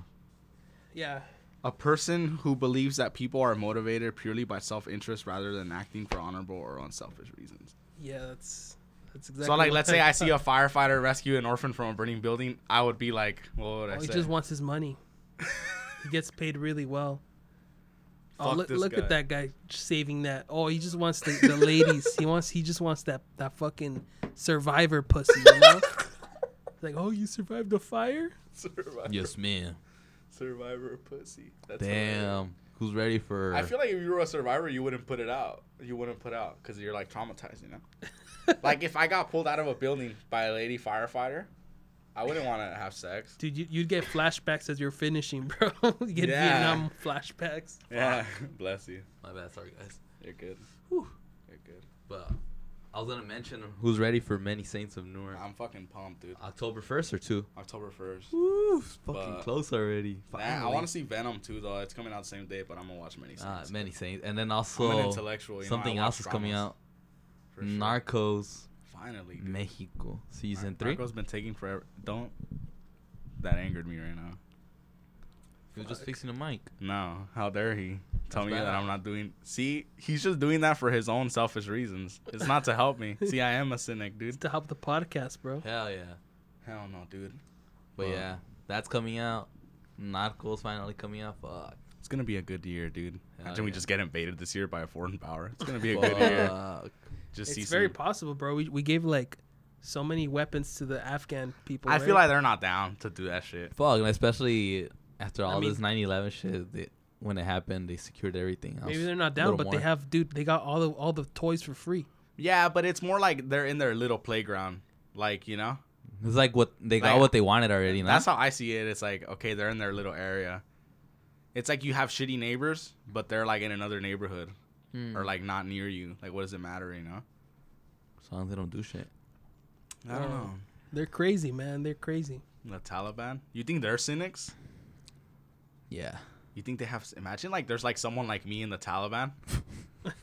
Speaker 3: yeah.
Speaker 1: A person who believes that people are motivated purely by self-interest rather than acting for honorable or unselfish reasons.
Speaker 3: Yeah, that's that's exactly.
Speaker 1: so, like,
Speaker 3: what
Speaker 1: let's say I see a firefighter rescue an orphan from a burning building, I would be like, "What would I
Speaker 3: Oh, he
Speaker 1: say?"
Speaker 3: just wants his money.
Speaker 1: *laughs*
Speaker 3: he gets paid really well. oh,
Speaker 1: Fuck
Speaker 3: look!
Speaker 1: this
Speaker 3: Look
Speaker 1: guy.
Speaker 3: at that guy saving that. Oh, he just wants the, the ladies. He wants. He just wants that that fucking survivor pussy.
Speaker 1: *laughs*
Speaker 3: You know? like, oh, you survived the fire.
Speaker 1: survivor,
Speaker 2: Yes, man.
Speaker 1: survivor pussy. That's
Speaker 2: Damn. Who's ready for?
Speaker 1: I feel like if you were a survivor, you wouldn't put it out. You wouldn't put out because you're like traumatized, you know. like if I got pulled out of a building by a lady firefighter, I wouldn't want to have sex.
Speaker 3: Dude, you, you'd get flashbacks as you're finishing, *laughs* bro. you get
Speaker 1: Yeah.
Speaker 3: Vietnam flashbacks.
Speaker 1: Yeah, bless you.
Speaker 2: my bad, sorry guys.
Speaker 1: You're good. You're good.
Speaker 2: But I was gonna mention who's ready for Many Saints of Newark.
Speaker 1: I'm fucking pumped, dude.
Speaker 2: October first or two.
Speaker 1: October first.
Speaker 2: Woo, it's fucking
Speaker 1: But-
Speaker 2: close already.
Speaker 1: Man, I
Speaker 2: Finally.
Speaker 1: want to see Venom too, though. It's coming out the same day, but I'm gonna watch many.
Speaker 2: Uh,
Speaker 1: Saints.
Speaker 2: many Saints, and then
Speaker 1: I'm an
Speaker 2: also
Speaker 1: intellectual. You know, I
Speaker 2: something
Speaker 1: watch
Speaker 2: else is coming
Speaker 1: dramas,
Speaker 2: out.
Speaker 1: for sure.
Speaker 2: Narcos,
Speaker 1: Finally, dude.
Speaker 2: Mexico, season
Speaker 1: Nar-
Speaker 2: three.
Speaker 1: Narco's been taking forever. Don't. That angered me right now.
Speaker 2: He was just
Speaker 1: Fuck.
Speaker 2: fixing the mic.
Speaker 1: No, how dare he tell
Speaker 2: That's
Speaker 1: me that
Speaker 2: bad.
Speaker 1: I'm not doing? See, he's just doing that for his own selfish reasons. It's not to help
Speaker 2: *laughs*
Speaker 1: me. See, I am a cynic, dude.
Speaker 3: to help the podcast, bro.
Speaker 2: Hell yeah!
Speaker 1: Hell no, dude.
Speaker 2: But
Speaker 1: Fuck.
Speaker 2: yeah, that's coming out. Narcos finally coming out. Fuck.
Speaker 1: It's gonna be a good year, dude.
Speaker 2: Hell
Speaker 1: Imagine we
Speaker 2: yeah.
Speaker 1: just get invaded this year by a foreign power. It's gonna
Speaker 2: *laughs*
Speaker 1: be a good year.
Speaker 2: Fuck.
Speaker 1: Just see
Speaker 3: it's very
Speaker 1: some-
Speaker 3: possible, bro. We, we gave like so many weapons to the Afghan people.
Speaker 1: I
Speaker 3: right?
Speaker 1: feel like they're not down to do that shit.
Speaker 2: Fuck, and especially after all
Speaker 3: mean-
Speaker 2: this 9/11 shit, they, when it happened, they secured everything. Else.
Speaker 3: maybe they're not
Speaker 2: A
Speaker 3: down,
Speaker 2: little
Speaker 3: but they
Speaker 2: more.
Speaker 3: have dude. They got all the all the toys for free.
Speaker 1: Yeah, but it's more like they're in their little playground. Like you know,
Speaker 2: It's like what they got,
Speaker 1: Like,
Speaker 2: what they wanted already. Nah?
Speaker 1: that's how I see it. It's like okay, they're in their little area. It's like you have shitty neighbors, but they're like in another neighborhood
Speaker 2: Mm.
Speaker 1: or like not near you. Like what does it matter? You know.
Speaker 2: As long as they don't do shit.
Speaker 1: I don't
Speaker 3: Yeah.
Speaker 1: know.
Speaker 3: They're crazy, man. They're crazy.
Speaker 1: The Taliban. You think they're cynics?
Speaker 2: Yeah.
Speaker 1: You think they have? Imagine like there's like someone like me in the
Speaker 2: *laughs*
Speaker 1: Taliban,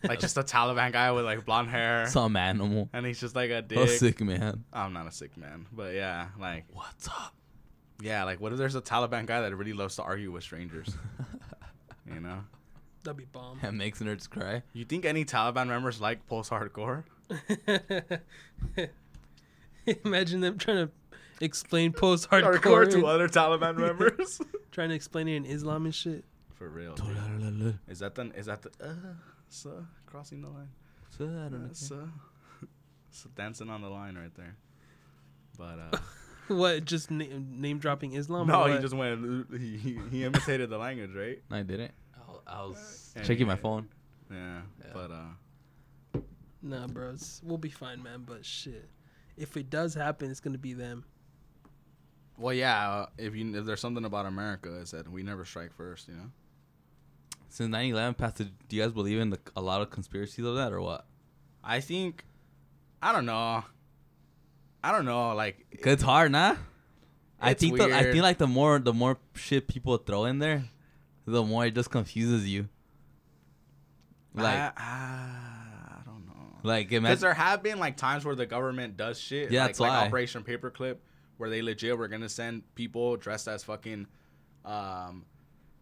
Speaker 1: like just a Taliban guy with like blonde hair,
Speaker 2: Some animal.
Speaker 1: and he's just like a
Speaker 2: A
Speaker 1: dick.
Speaker 2: sick man.
Speaker 1: I'm not a sick man, but yeah, like
Speaker 2: What's up?
Speaker 1: yeah, like what if there's a Taliban guy that really loves to argue with strangers? you know.
Speaker 3: That'd be bomb.
Speaker 2: *laughs* That makes nerds cry.
Speaker 1: You think any Taliban members like post hardcore?
Speaker 3: *laughs* Imagine them trying to explain post hardcore
Speaker 1: Hardcore to
Speaker 3: to
Speaker 1: other Taliban
Speaker 2: *laughs*
Speaker 1: members?
Speaker 3: trying to explain it in Islam and shit.
Speaker 1: *laughs*
Speaker 3: *laughs*
Speaker 1: For real. dude.
Speaker 2: I
Speaker 1: Is that the is that the uh so crossing the line?
Speaker 2: don't know.
Speaker 1: Uh, so, *laughs* so dancing on the line right there. But
Speaker 2: *laughs*
Speaker 3: What? Just na- name dropping
Speaker 1: uh
Speaker 3: Islam?
Speaker 1: No,
Speaker 3: or
Speaker 1: he
Speaker 3: what?
Speaker 1: just went he, he, he imitated the language,
Speaker 2: *laughs*
Speaker 1: right?
Speaker 2: No, I didn't. I, I was
Speaker 1: Anyway.
Speaker 2: checking my phone.
Speaker 1: Yeah.
Speaker 2: Yeah.
Speaker 1: But uh
Speaker 3: Nah, bro. It's, we'll be fine, man. But shit, if it does happen, it's gonna
Speaker 1: *laughs*
Speaker 3: be them.
Speaker 1: well yeah, uh, if you if there's something about America is that we never strike first, you know?
Speaker 2: Since 9 11 passed, do you guys believe in the, a lot of conspiracies of that or what?
Speaker 1: I think I don't know. I don't know, like
Speaker 2: It's hard, nah. I
Speaker 1: It's
Speaker 2: think the, I
Speaker 1: weird.
Speaker 2: think like the more the more shit people throw in there, the more it just confuses you. Like
Speaker 1: I, I don't know.
Speaker 2: like
Speaker 1: Because
Speaker 2: imagine
Speaker 1: there have been like times where the government does shit.
Speaker 2: Yeah,
Speaker 1: like,
Speaker 2: that's
Speaker 1: like
Speaker 2: why.
Speaker 1: Operation Paperclip, where they legit were gonna send people dressed as fucking, um,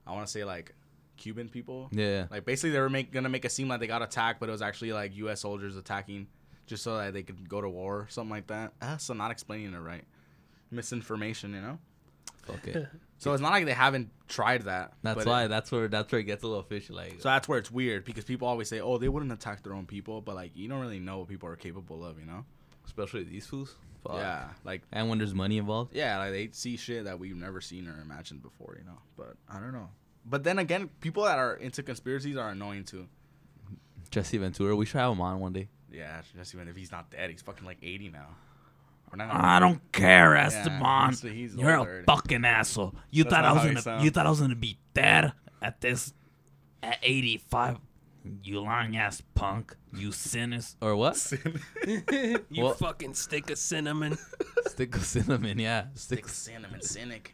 Speaker 1: I want to say like Cuban people.
Speaker 2: yeah
Speaker 1: Like basically they were make, gonna make it seem like they got attacked, but it was actually like U.S. soldiers attacking, just so that they could go to war, or something like that. Uh, so not explaining it right, misinformation, you know. *laughs*
Speaker 2: okay
Speaker 1: So it's not like they haven't tried that.
Speaker 2: that's
Speaker 1: but it-
Speaker 2: why that's where that's where it gets a little fishy like
Speaker 1: so that's where it's weird because people always say, "Oh, they wouldn't attack their own people," but like you don't really know what people are capable of, you know?
Speaker 2: especially these fools Fuck.
Speaker 1: Yeah, like
Speaker 2: and when there's money involved
Speaker 1: yeah, like they see shit that we've never seen or imagined before, you know. But I don't know. But then again, people that are into conspiracies are annoying too.
Speaker 2: Jesse Ventura we should have him on one day
Speaker 1: Yeah, just even if he's not dead, he's fucking like eighty now. Or not.
Speaker 4: I don't care,
Speaker 1: Yeah,
Speaker 4: Ah, Esteban.
Speaker 1: he's- he's
Speaker 4: You're a
Speaker 1: older. *laughs*
Speaker 4: fucking asshole. You
Speaker 1: That's
Speaker 4: thought
Speaker 1: not how
Speaker 4: I
Speaker 1: he
Speaker 4: was gonna
Speaker 1: sounds.
Speaker 4: you thought I was gonna be dead at this at 85. You lying ass punk. You sinners.
Speaker 2: or what
Speaker 3: you
Speaker 2: Well-
Speaker 3: fucking stick
Speaker 1: *laughs*
Speaker 3: of cinnamon.
Speaker 2: stick of cinnamon yeah stick
Speaker 1: Thick cinnamon cynic.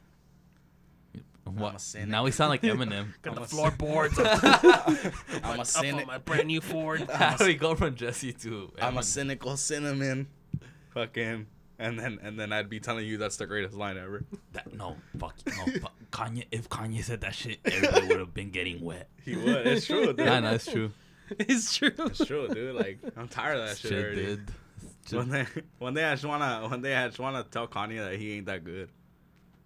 Speaker 1: I'm a
Speaker 2: what
Speaker 1: cynic.
Speaker 2: now we sound
Speaker 1: *laughs*
Speaker 2: like Eminem
Speaker 3: Got
Speaker 1: I'm
Speaker 3: the
Speaker 1: a-
Speaker 3: *laughs* floorboards up,
Speaker 1: I'm a
Speaker 3: up on
Speaker 1: cynic.
Speaker 3: my brand new *laughs*
Speaker 2: *laughs*
Speaker 3: Ford.
Speaker 2: how do we go from Jesse to
Speaker 1: I'm a
Speaker 2: Eminem?
Speaker 1: cynical cinnamon. Fucking. And then and then I'd be telling you that's the greatest line ever. *laughs*
Speaker 4: That no, fuck no. fuck. Kanye if Kanye said that shit, everybody would have been getting wet.
Speaker 1: He would. It's true, dude.
Speaker 2: I know it's true
Speaker 3: it's true.
Speaker 1: It's true, dude. Like I'm tired of *laughs* that shit,
Speaker 2: shit
Speaker 1: already.
Speaker 2: dude It's
Speaker 1: *laughs*
Speaker 2: just-
Speaker 1: One day, one day I just wanna, one day I just wanna tell Kanye that he ain't that good.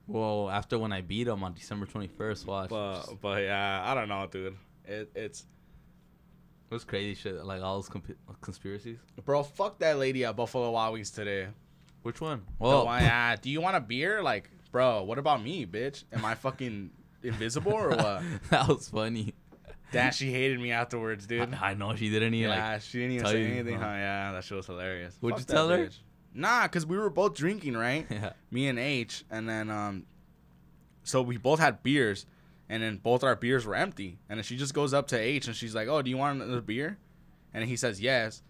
Speaker 2: Whoa, after when I beat him on December 21st, watch.
Speaker 1: But, but yeah, I don't know, dude. It, it's
Speaker 2: it was crazy shit, like all those comp- conspiracies.
Speaker 1: bro, fuck that lady at Buffalo Wild Wings today.
Speaker 2: Which one?
Speaker 1: Oh,
Speaker 2: Well,
Speaker 1: why?
Speaker 2: *laughs*
Speaker 1: ah, do you want a beer? Like, bro, what about me, bitch? Am I fucking invisible or
Speaker 2: *laughs*
Speaker 1: what?
Speaker 2: that was funny.
Speaker 1: That she hated me afterwards, dude.
Speaker 2: I know she didn't even
Speaker 1: yeah,
Speaker 2: like.
Speaker 1: she didn't even
Speaker 2: tell
Speaker 1: say
Speaker 2: you,
Speaker 1: anything.
Speaker 2: huh?
Speaker 1: Huh? Yeah, that shit was hilarious.
Speaker 2: Would
Speaker 1: Fuck
Speaker 2: you
Speaker 1: that
Speaker 2: tell her?
Speaker 1: bitch. Nah, cause we were both drinking, right?
Speaker 2: *laughs* Yeah.
Speaker 1: me and H, and then um, so we both had beers, and then both our beers were empty. And then she just goes up to H and she's like, "Oh, do you want another beer?" And he says yes,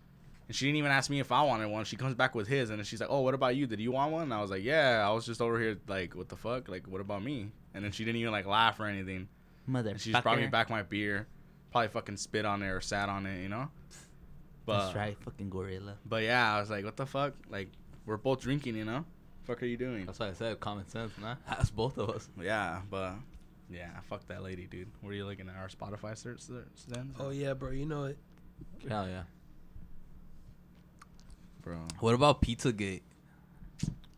Speaker 1: And she didn't even ask me if I wanted one. She comes back with his, and then she's like, "Oh, what about you? Did you want one?" And I was like, "Yeah, I was just over here like, what the fuck? Like, what about me?" And then she didn't even like laugh or anything.
Speaker 2: Mother.
Speaker 1: And she just brought me back my beer, probably fucking spit on it or sat on it, you know. But
Speaker 2: That's right, fucking gorilla.
Speaker 1: but yeah, I was like, what the fuck? Like, we're both drinking, you know? Fuck are you doing?
Speaker 2: That's why I said common sense, *laughs* man. Ask both of us.
Speaker 1: Yeah, but yeah, fuck that lady, dude. Were you looking at our Spotify search then?
Speaker 3: Oh yeah, bro. You know it.
Speaker 2: Hell yeah.
Speaker 1: bro.
Speaker 2: What about Pizzagate?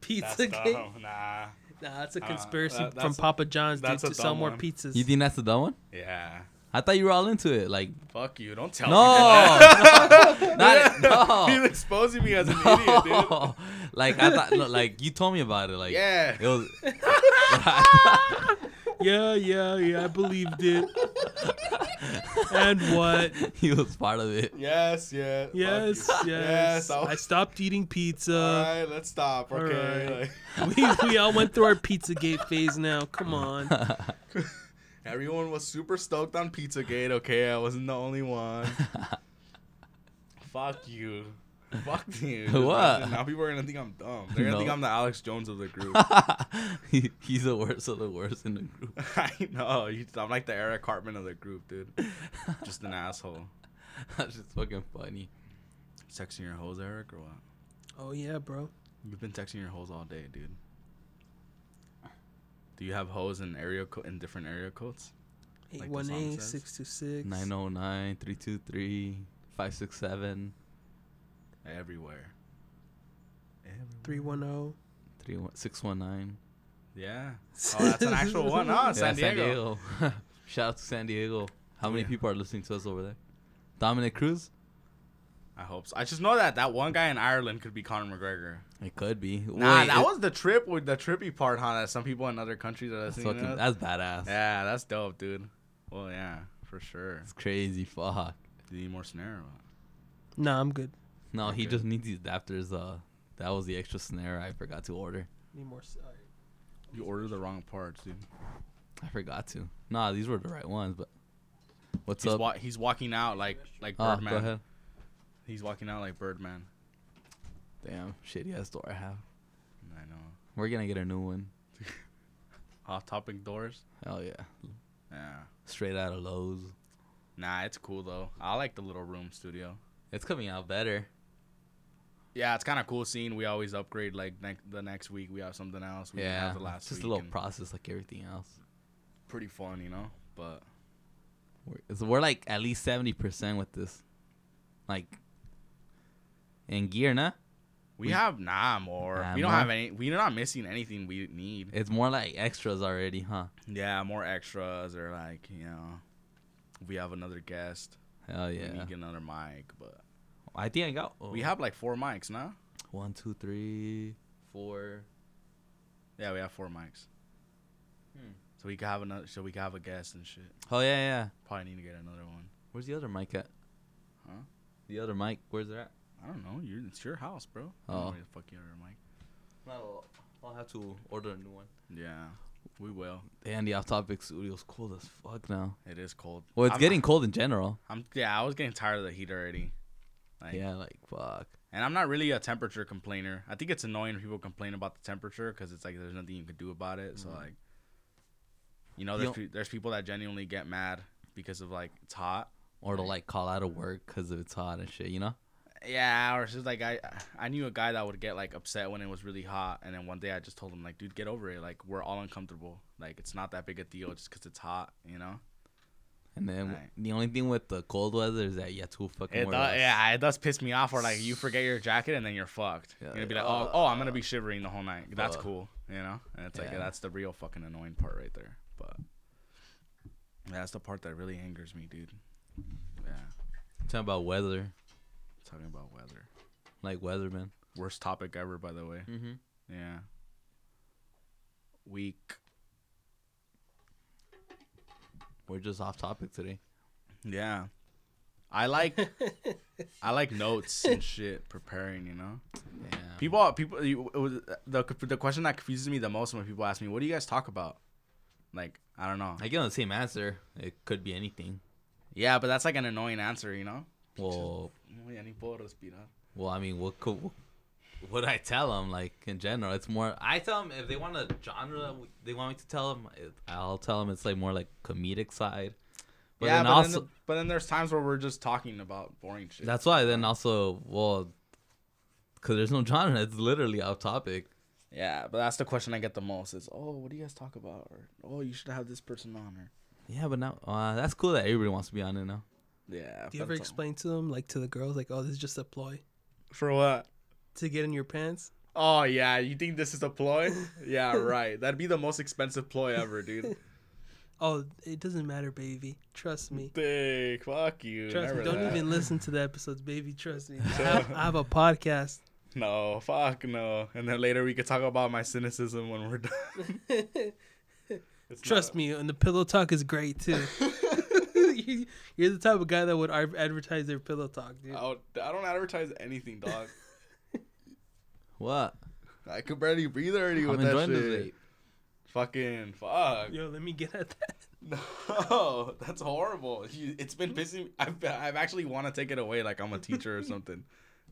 Speaker 3: Pizza cake. Nah,
Speaker 1: Nah.
Speaker 3: that's a
Speaker 1: Uh,
Speaker 3: conspiracy
Speaker 1: that-
Speaker 3: from
Speaker 1: that's a-
Speaker 3: Papa John's dude,
Speaker 1: that's a
Speaker 3: to sell
Speaker 1: dumb
Speaker 3: more
Speaker 1: one.
Speaker 3: pizzas.
Speaker 2: You think that's the dumb one?
Speaker 1: Yeah.
Speaker 2: I thought you were all into it. Like,
Speaker 1: Fuck you. Don't tell me.
Speaker 2: no,
Speaker 1: *laughs*
Speaker 2: not
Speaker 1: that. You're
Speaker 2: no.
Speaker 1: exposing me as an idiot, *laughs*
Speaker 2: *laughs*
Speaker 1: dude.
Speaker 2: no. Oh, Like I thought, look, like you told me about it. Like
Speaker 1: Yeah. *laughs*
Speaker 2: it was. *laughs*
Speaker 3: yeah, yeah, yeah. I believed it.
Speaker 1: *laughs*
Speaker 3: and what?
Speaker 2: he was part of it.
Speaker 1: Yes, yeah. fuck you.
Speaker 3: Yes, yes.
Speaker 1: Yes.
Speaker 3: I stopped uh, eating
Speaker 1: all
Speaker 3: pizza.
Speaker 1: right, let's stop. Okay.
Speaker 3: right.
Speaker 1: like-
Speaker 3: *laughs* we, we all went through our Pizzagate phase now. Come on.
Speaker 1: *laughs* Everyone was super stoked on Pizzagate, okay? I wasn't the only one. Fuck you. *laughs* Fuck you. Just
Speaker 2: What?
Speaker 1: listen, Now people are gonna think I'm dumb. They're gonna think
Speaker 2: No.
Speaker 1: I'm the Alex Jones of the *laughs* group.
Speaker 2: *laughs* he, he's the worst of the worst in the group. *laughs*
Speaker 1: I know. You, I'm like the Eric Cartman of the group, dude. Just an asshole.
Speaker 2: That's just fucking funny.
Speaker 1: Texting your hoes, Eric, or what?
Speaker 3: Oh yeah, bro.
Speaker 1: You've been texting your hoes all day, dude. Do you have hoes in area co- in different area codes? the
Speaker 3: Eight
Speaker 1: song
Speaker 3: one eight
Speaker 1: says.
Speaker 3: six two six.
Speaker 2: 909 323 567
Speaker 1: Everywhere.
Speaker 2: oh.
Speaker 1: Everywhere.
Speaker 3: 310.
Speaker 2: 619.
Speaker 1: Yeah. Oh, that's an actual one. *laughs*
Speaker 3: *laughs*
Speaker 1: Oh, San Diego.
Speaker 2: *laughs* Shout out to San Diego. How many
Speaker 1: Yeah.
Speaker 2: people are listening to us over there? Dominic Cruz?
Speaker 1: I hope so. I just know that that one guy in Ireland could be Conor McGregor.
Speaker 2: It could be.
Speaker 1: Nah,
Speaker 2: Wait,
Speaker 1: that
Speaker 2: it-
Speaker 1: was the trip with the trippy part, huh? That some people in other countries are
Speaker 2: that's,
Speaker 1: listening
Speaker 2: fucking,
Speaker 1: to. us.
Speaker 2: that's badass.
Speaker 1: yeah, that's dope, dude. Well, yeah, for sure.
Speaker 2: It's crazy. Fuck.
Speaker 1: Do you need more snare?
Speaker 3: Nah, I'm good.
Speaker 2: No, he
Speaker 1: Okay.
Speaker 2: just needs these adapters. Uh, that was the extra snare I forgot to order.
Speaker 3: Need more. s- all right.
Speaker 1: You ordered the wrong parts, dude.
Speaker 2: I forgot to. Nah, these were the right ones, but what's
Speaker 1: He's,
Speaker 2: up?
Speaker 1: wa- he's walking out like like
Speaker 2: Ah,
Speaker 1: Birdman.
Speaker 2: go ahead.
Speaker 1: He's walking out like Birdman.
Speaker 2: Damn, shitty ass door I have.
Speaker 1: I know.
Speaker 2: We're gonna get a new one.
Speaker 1: Off topic doors.
Speaker 2: Hell yeah.
Speaker 1: Yeah.
Speaker 2: Straight out of Lowe's.
Speaker 1: Nah, it's cool though. I like the little room studio.
Speaker 2: It's coming out better.
Speaker 1: Yeah, it's kind of cool seeing we always upgrade. Like ne- the next week, we have something else. We didn't
Speaker 2: yeah.
Speaker 1: have the last
Speaker 2: just
Speaker 1: week,
Speaker 2: a little
Speaker 1: and
Speaker 2: process like everything else.
Speaker 1: pretty fun, you know. But
Speaker 2: We're, it's- we're like at least 70% with this. Like, in gear, nah?
Speaker 1: We,
Speaker 2: We-
Speaker 1: have nah more.
Speaker 2: Nah,
Speaker 1: we don't
Speaker 2: more?
Speaker 1: have any. We're not missing anything we need.
Speaker 2: It's more like extras already, huh?
Speaker 1: Yeah, more extras or like you know, we have another guest.
Speaker 2: Hell
Speaker 1: We
Speaker 2: yeah.
Speaker 1: need another mic, but
Speaker 2: I think I got oh,
Speaker 1: we have like four mics now.
Speaker 2: one, two, three, four.
Speaker 1: Yeah, we have four mics. So we can have another. So we can have a guest and shit.
Speaker 2: Oh, yeah, yeah.
Speaker 1: Probably need to get another one.
Speaker 2: Where's the other mic at?
Speaker 1: Huh?
Speaker 2: The other mic, where's it at?
Speaker 1: I don't know. You're, it's your house, bro. I don't know
Speaker 2: Oh.
Speaker 1: where the fuck you have your mic.
Speaker 2: I'll, I'll have to order a new one.
Speaker 1: Yeah, we will.
Speaker 2: Damn, the off topic studio's cold as fuck now.
Speaker 1: It is cold.
Speaker 2: Well, it's
Speaker 1: I'm-
Speaker 2: getting cold in general.
Speaker 1: I'm yeah. I was getting tired of the heat already. Like,
Speaker 2: yeah, like, fuck.
Speaker 1: And I'm not really a temperature complainer. I think it's annoying when people complain about the temperature because it's like there's nothing you can do about it. So like, you know,
Speaker 2: You
Speaker 1: there's,
Speaker 2: don't-
Speaker 1: pe- there's people that genuinely get mad because of like it's hot.
Speaker 2: Or to like call out of work because it's hot and shit, you know?
Speaker 1: Yeah, or it's just like I I knew a guy that would get like upset when it was really hot, and then one day I just told him like, dude, get over it. Like we're all uncomfortable. Like it's not that big a deal just because it's hot, you know.
Speaker 2: And then w-
Speaker 1: Right.
Speaker 2: the only thing with the cold weather is that you have to fucking
Speaker 1: It
Speaker 2: wear
Speaker 1: does,
Speaker 2: a-
Speaker 1: yeah, it does piss me off. Or like you forget your jacket and then you're fucked.
Speaker 2: Yeah,
Speaker 1: you're gonna be
Speaker 2: yeah. Uh,
Speaker 1: like, oh, oh, I'm gonna be shivering the whole night. That's
Speaker 2: Fuck.
Speaker 1: cool, you know. And it's like
Speaker 2: Yeah.
Speaker 1: that's the real fucking annoying part right there. But that's the part that really angers me, dude. Yeah,
Speaker 2: talking about weather,
Speaker 1: talking about weather.
Speaker 2: like weatherman.
Speaker 1: Worst topic ever, by the way.
Speaker 2: Mm-hmm.
Speaker 1: Yeah. Week.
Speaker 2: We're just off topic today.
Speaker 1: Yeah. I
Speaker 2: *laughs*
Speaker 1: like I like notes and shit preparing, you know.
Speaker 2: Yeah.
Speaker 1: People, people, you- it was, the the question that confuses me the most when people ask me, "What do you guys talk about?" Like, I don't know.
Speaker 2: I get on the same answer. It could be anything.
Speaker 1: yeah, but that's like an annoying answer, you know.
Speaker 2: Well,
Speaker 1: Muy ani puedo respirar.
Speaker 2: Well, I mean, what could what I tell them? Like in general, it's more. I tell them if they want a genre, they want me to tell them. I'll tell them it's like more like comedic side. But
Speaker 1: yeah,
Speaker 2: then
Speaker 1: but,
Speaker 2: also,
Speaker 1: then the- but then there's times where we're just talking about boring shit.
Speaker 2: that's why. Then also, well, because there's no genre, it's literally off topic.
Speaker 1: yeah, but that's the question I get the most is, oh, what do you guys talk about? Or oh, you should have this person on. Or
Speaker 2: Yeah, but now uh, that's cool that everybody wants to be on it now.
Speaker 1: yeah.
Speaker 3: Do you ever explain to them, like to the girls, like, oh, this is just a ploy
Speaker 1: for what?
Speaker 3: to get in your pants?
Speaker 1: Oh yeah, you think this is a
Speaker 3: *laughs*
Speaker 1: ploy? yeah, right. That'd be the most expensive ploy ever, dude.
Speaker 3: Oh, it doesn't matter, baby. Trust *laughs* me.
Speaker 1: Dick, fuck you.
Speaker 3: Trust
Speaker 1: never
Speaker 3: me. Don't
Speaker 1: that.
Speaker 3: even listen to the episodes,
Speaker 1: *laughs*
Speaker 3: baby. Trust me. I have, I have a podcast.
Speaker 1: No, fuck no. And then later we could talk about my cynicism when we're done. *laughs* It's
Speaker 3: Trust
Speaker 1: not-
Speaker 3: me, and the pillow talk is great too. *laughs* You- You're the type of guy that would ar- advertise their pillow talk, dude.
Speaker 1: I don't- I don't advertise anything, dog.
Speaker 2: What?
Speaker 1: I could barely breathe already
Speaker 2: I'm
Speaker 1: with that
Speaker 2: enjoying
Speaker 1: shit.
Speaker 2: this. vape.
Speaker 1: Fucking fuck. *laughs*
Speaker 3: Yo, let me get at that. *laughs*
Speaker 1: No, that's horrible. You, it's been pissing. I've, I've actually want to take it away, like I'm a teacher
Speaker 2: *laughs*
Speaker 1: or something,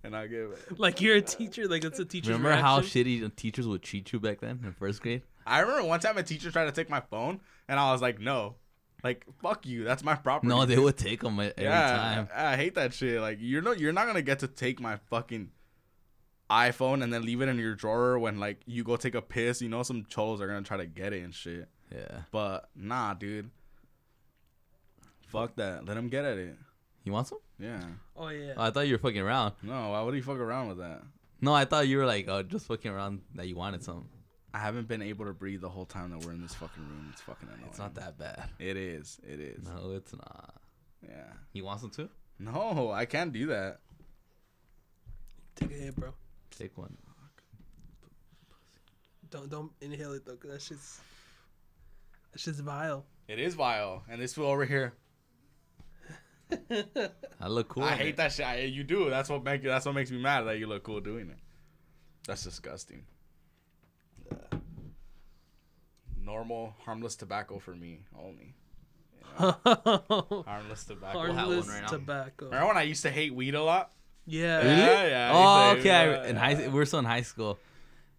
Speaker 1: and I give.
Speaker 3: Like you're a teacher. Like that's a teacher's
Speaker 2: Remember how
Speaker 3: reaction.
Speaker 2: shitty the teachers would treat you back then in first grade?
Speaker 1: I remember one time a teacher tried to take my phone, and I was like, no, like fuck you, that's my property.
Speaker 2: No, they would take them every
Speaker 1: yeah,
Speaker 2: time.
Speaker 1: I, I hate that shit. Like you're no, you're not gonna get to take my fucking iPhone and then leave it in your drawer when like you go take a piss. You know, some cholos are gonna try to get it and shit.
Speaker 2: Yeah.
Speaker 1: But nah, dude. Fuck that. Let him get at it.
Speaker 2: You want some?
Speaker 1: Yeah.
Speaker 3: Oh yeah.
Speaker 2: Oh, I thought you were fucking around.
Speaker 1: No, why would he fuck around with that?
Speaker 2: No, I thought you were like, oh, just fucking around that you wanted some.
Speaker 1: I haven't been able to breathe the whole time that we're in this fucking room. It's fucking annoying.
Speaker 2: It's not that bad. *laughs*
Speaker 1: It is. It is.
Speaker 2: No, it's not.
Speaker 1: Yeah.
Speaker 2: You want some too?
Speaker 1: No, I can't do that.
Speaker 3: Take a hit, bro.
Speaker 2: Take one.
Speaker 3: Don't don't inhale it though, 'cause that shit's that shit's vile.
Speaker 1: *laughs* It is vile. And this fool over here.
Speaker 2: I look cool.
Speaker 1: I
Speaker 2: in
Speaker 1: hate
Speaker 2: it.
Speaker 1: that shit. I, you do. That's what make that's what makes me mad that you look cool doing it. That's disgusting. Normal harmless tobacco for me only.
Speaker 3: Harmless
Speaker 1: Harmless tobacco.
Speaker 2: right now.
Speaker 3: tobacco.
Speaker 1: Remember when I used to hate weed a lot?
Speaker 3: Yeah.
Speaker 1: Yeah, yeah. I
Speaker 2: Oh,
Speaker 1: used to
Speaker 2: okay.
Speaker 1: hate
Speaker 2: I,
Speaker 1: weed a lot.
Speaker 2: in high, we we're still in high school.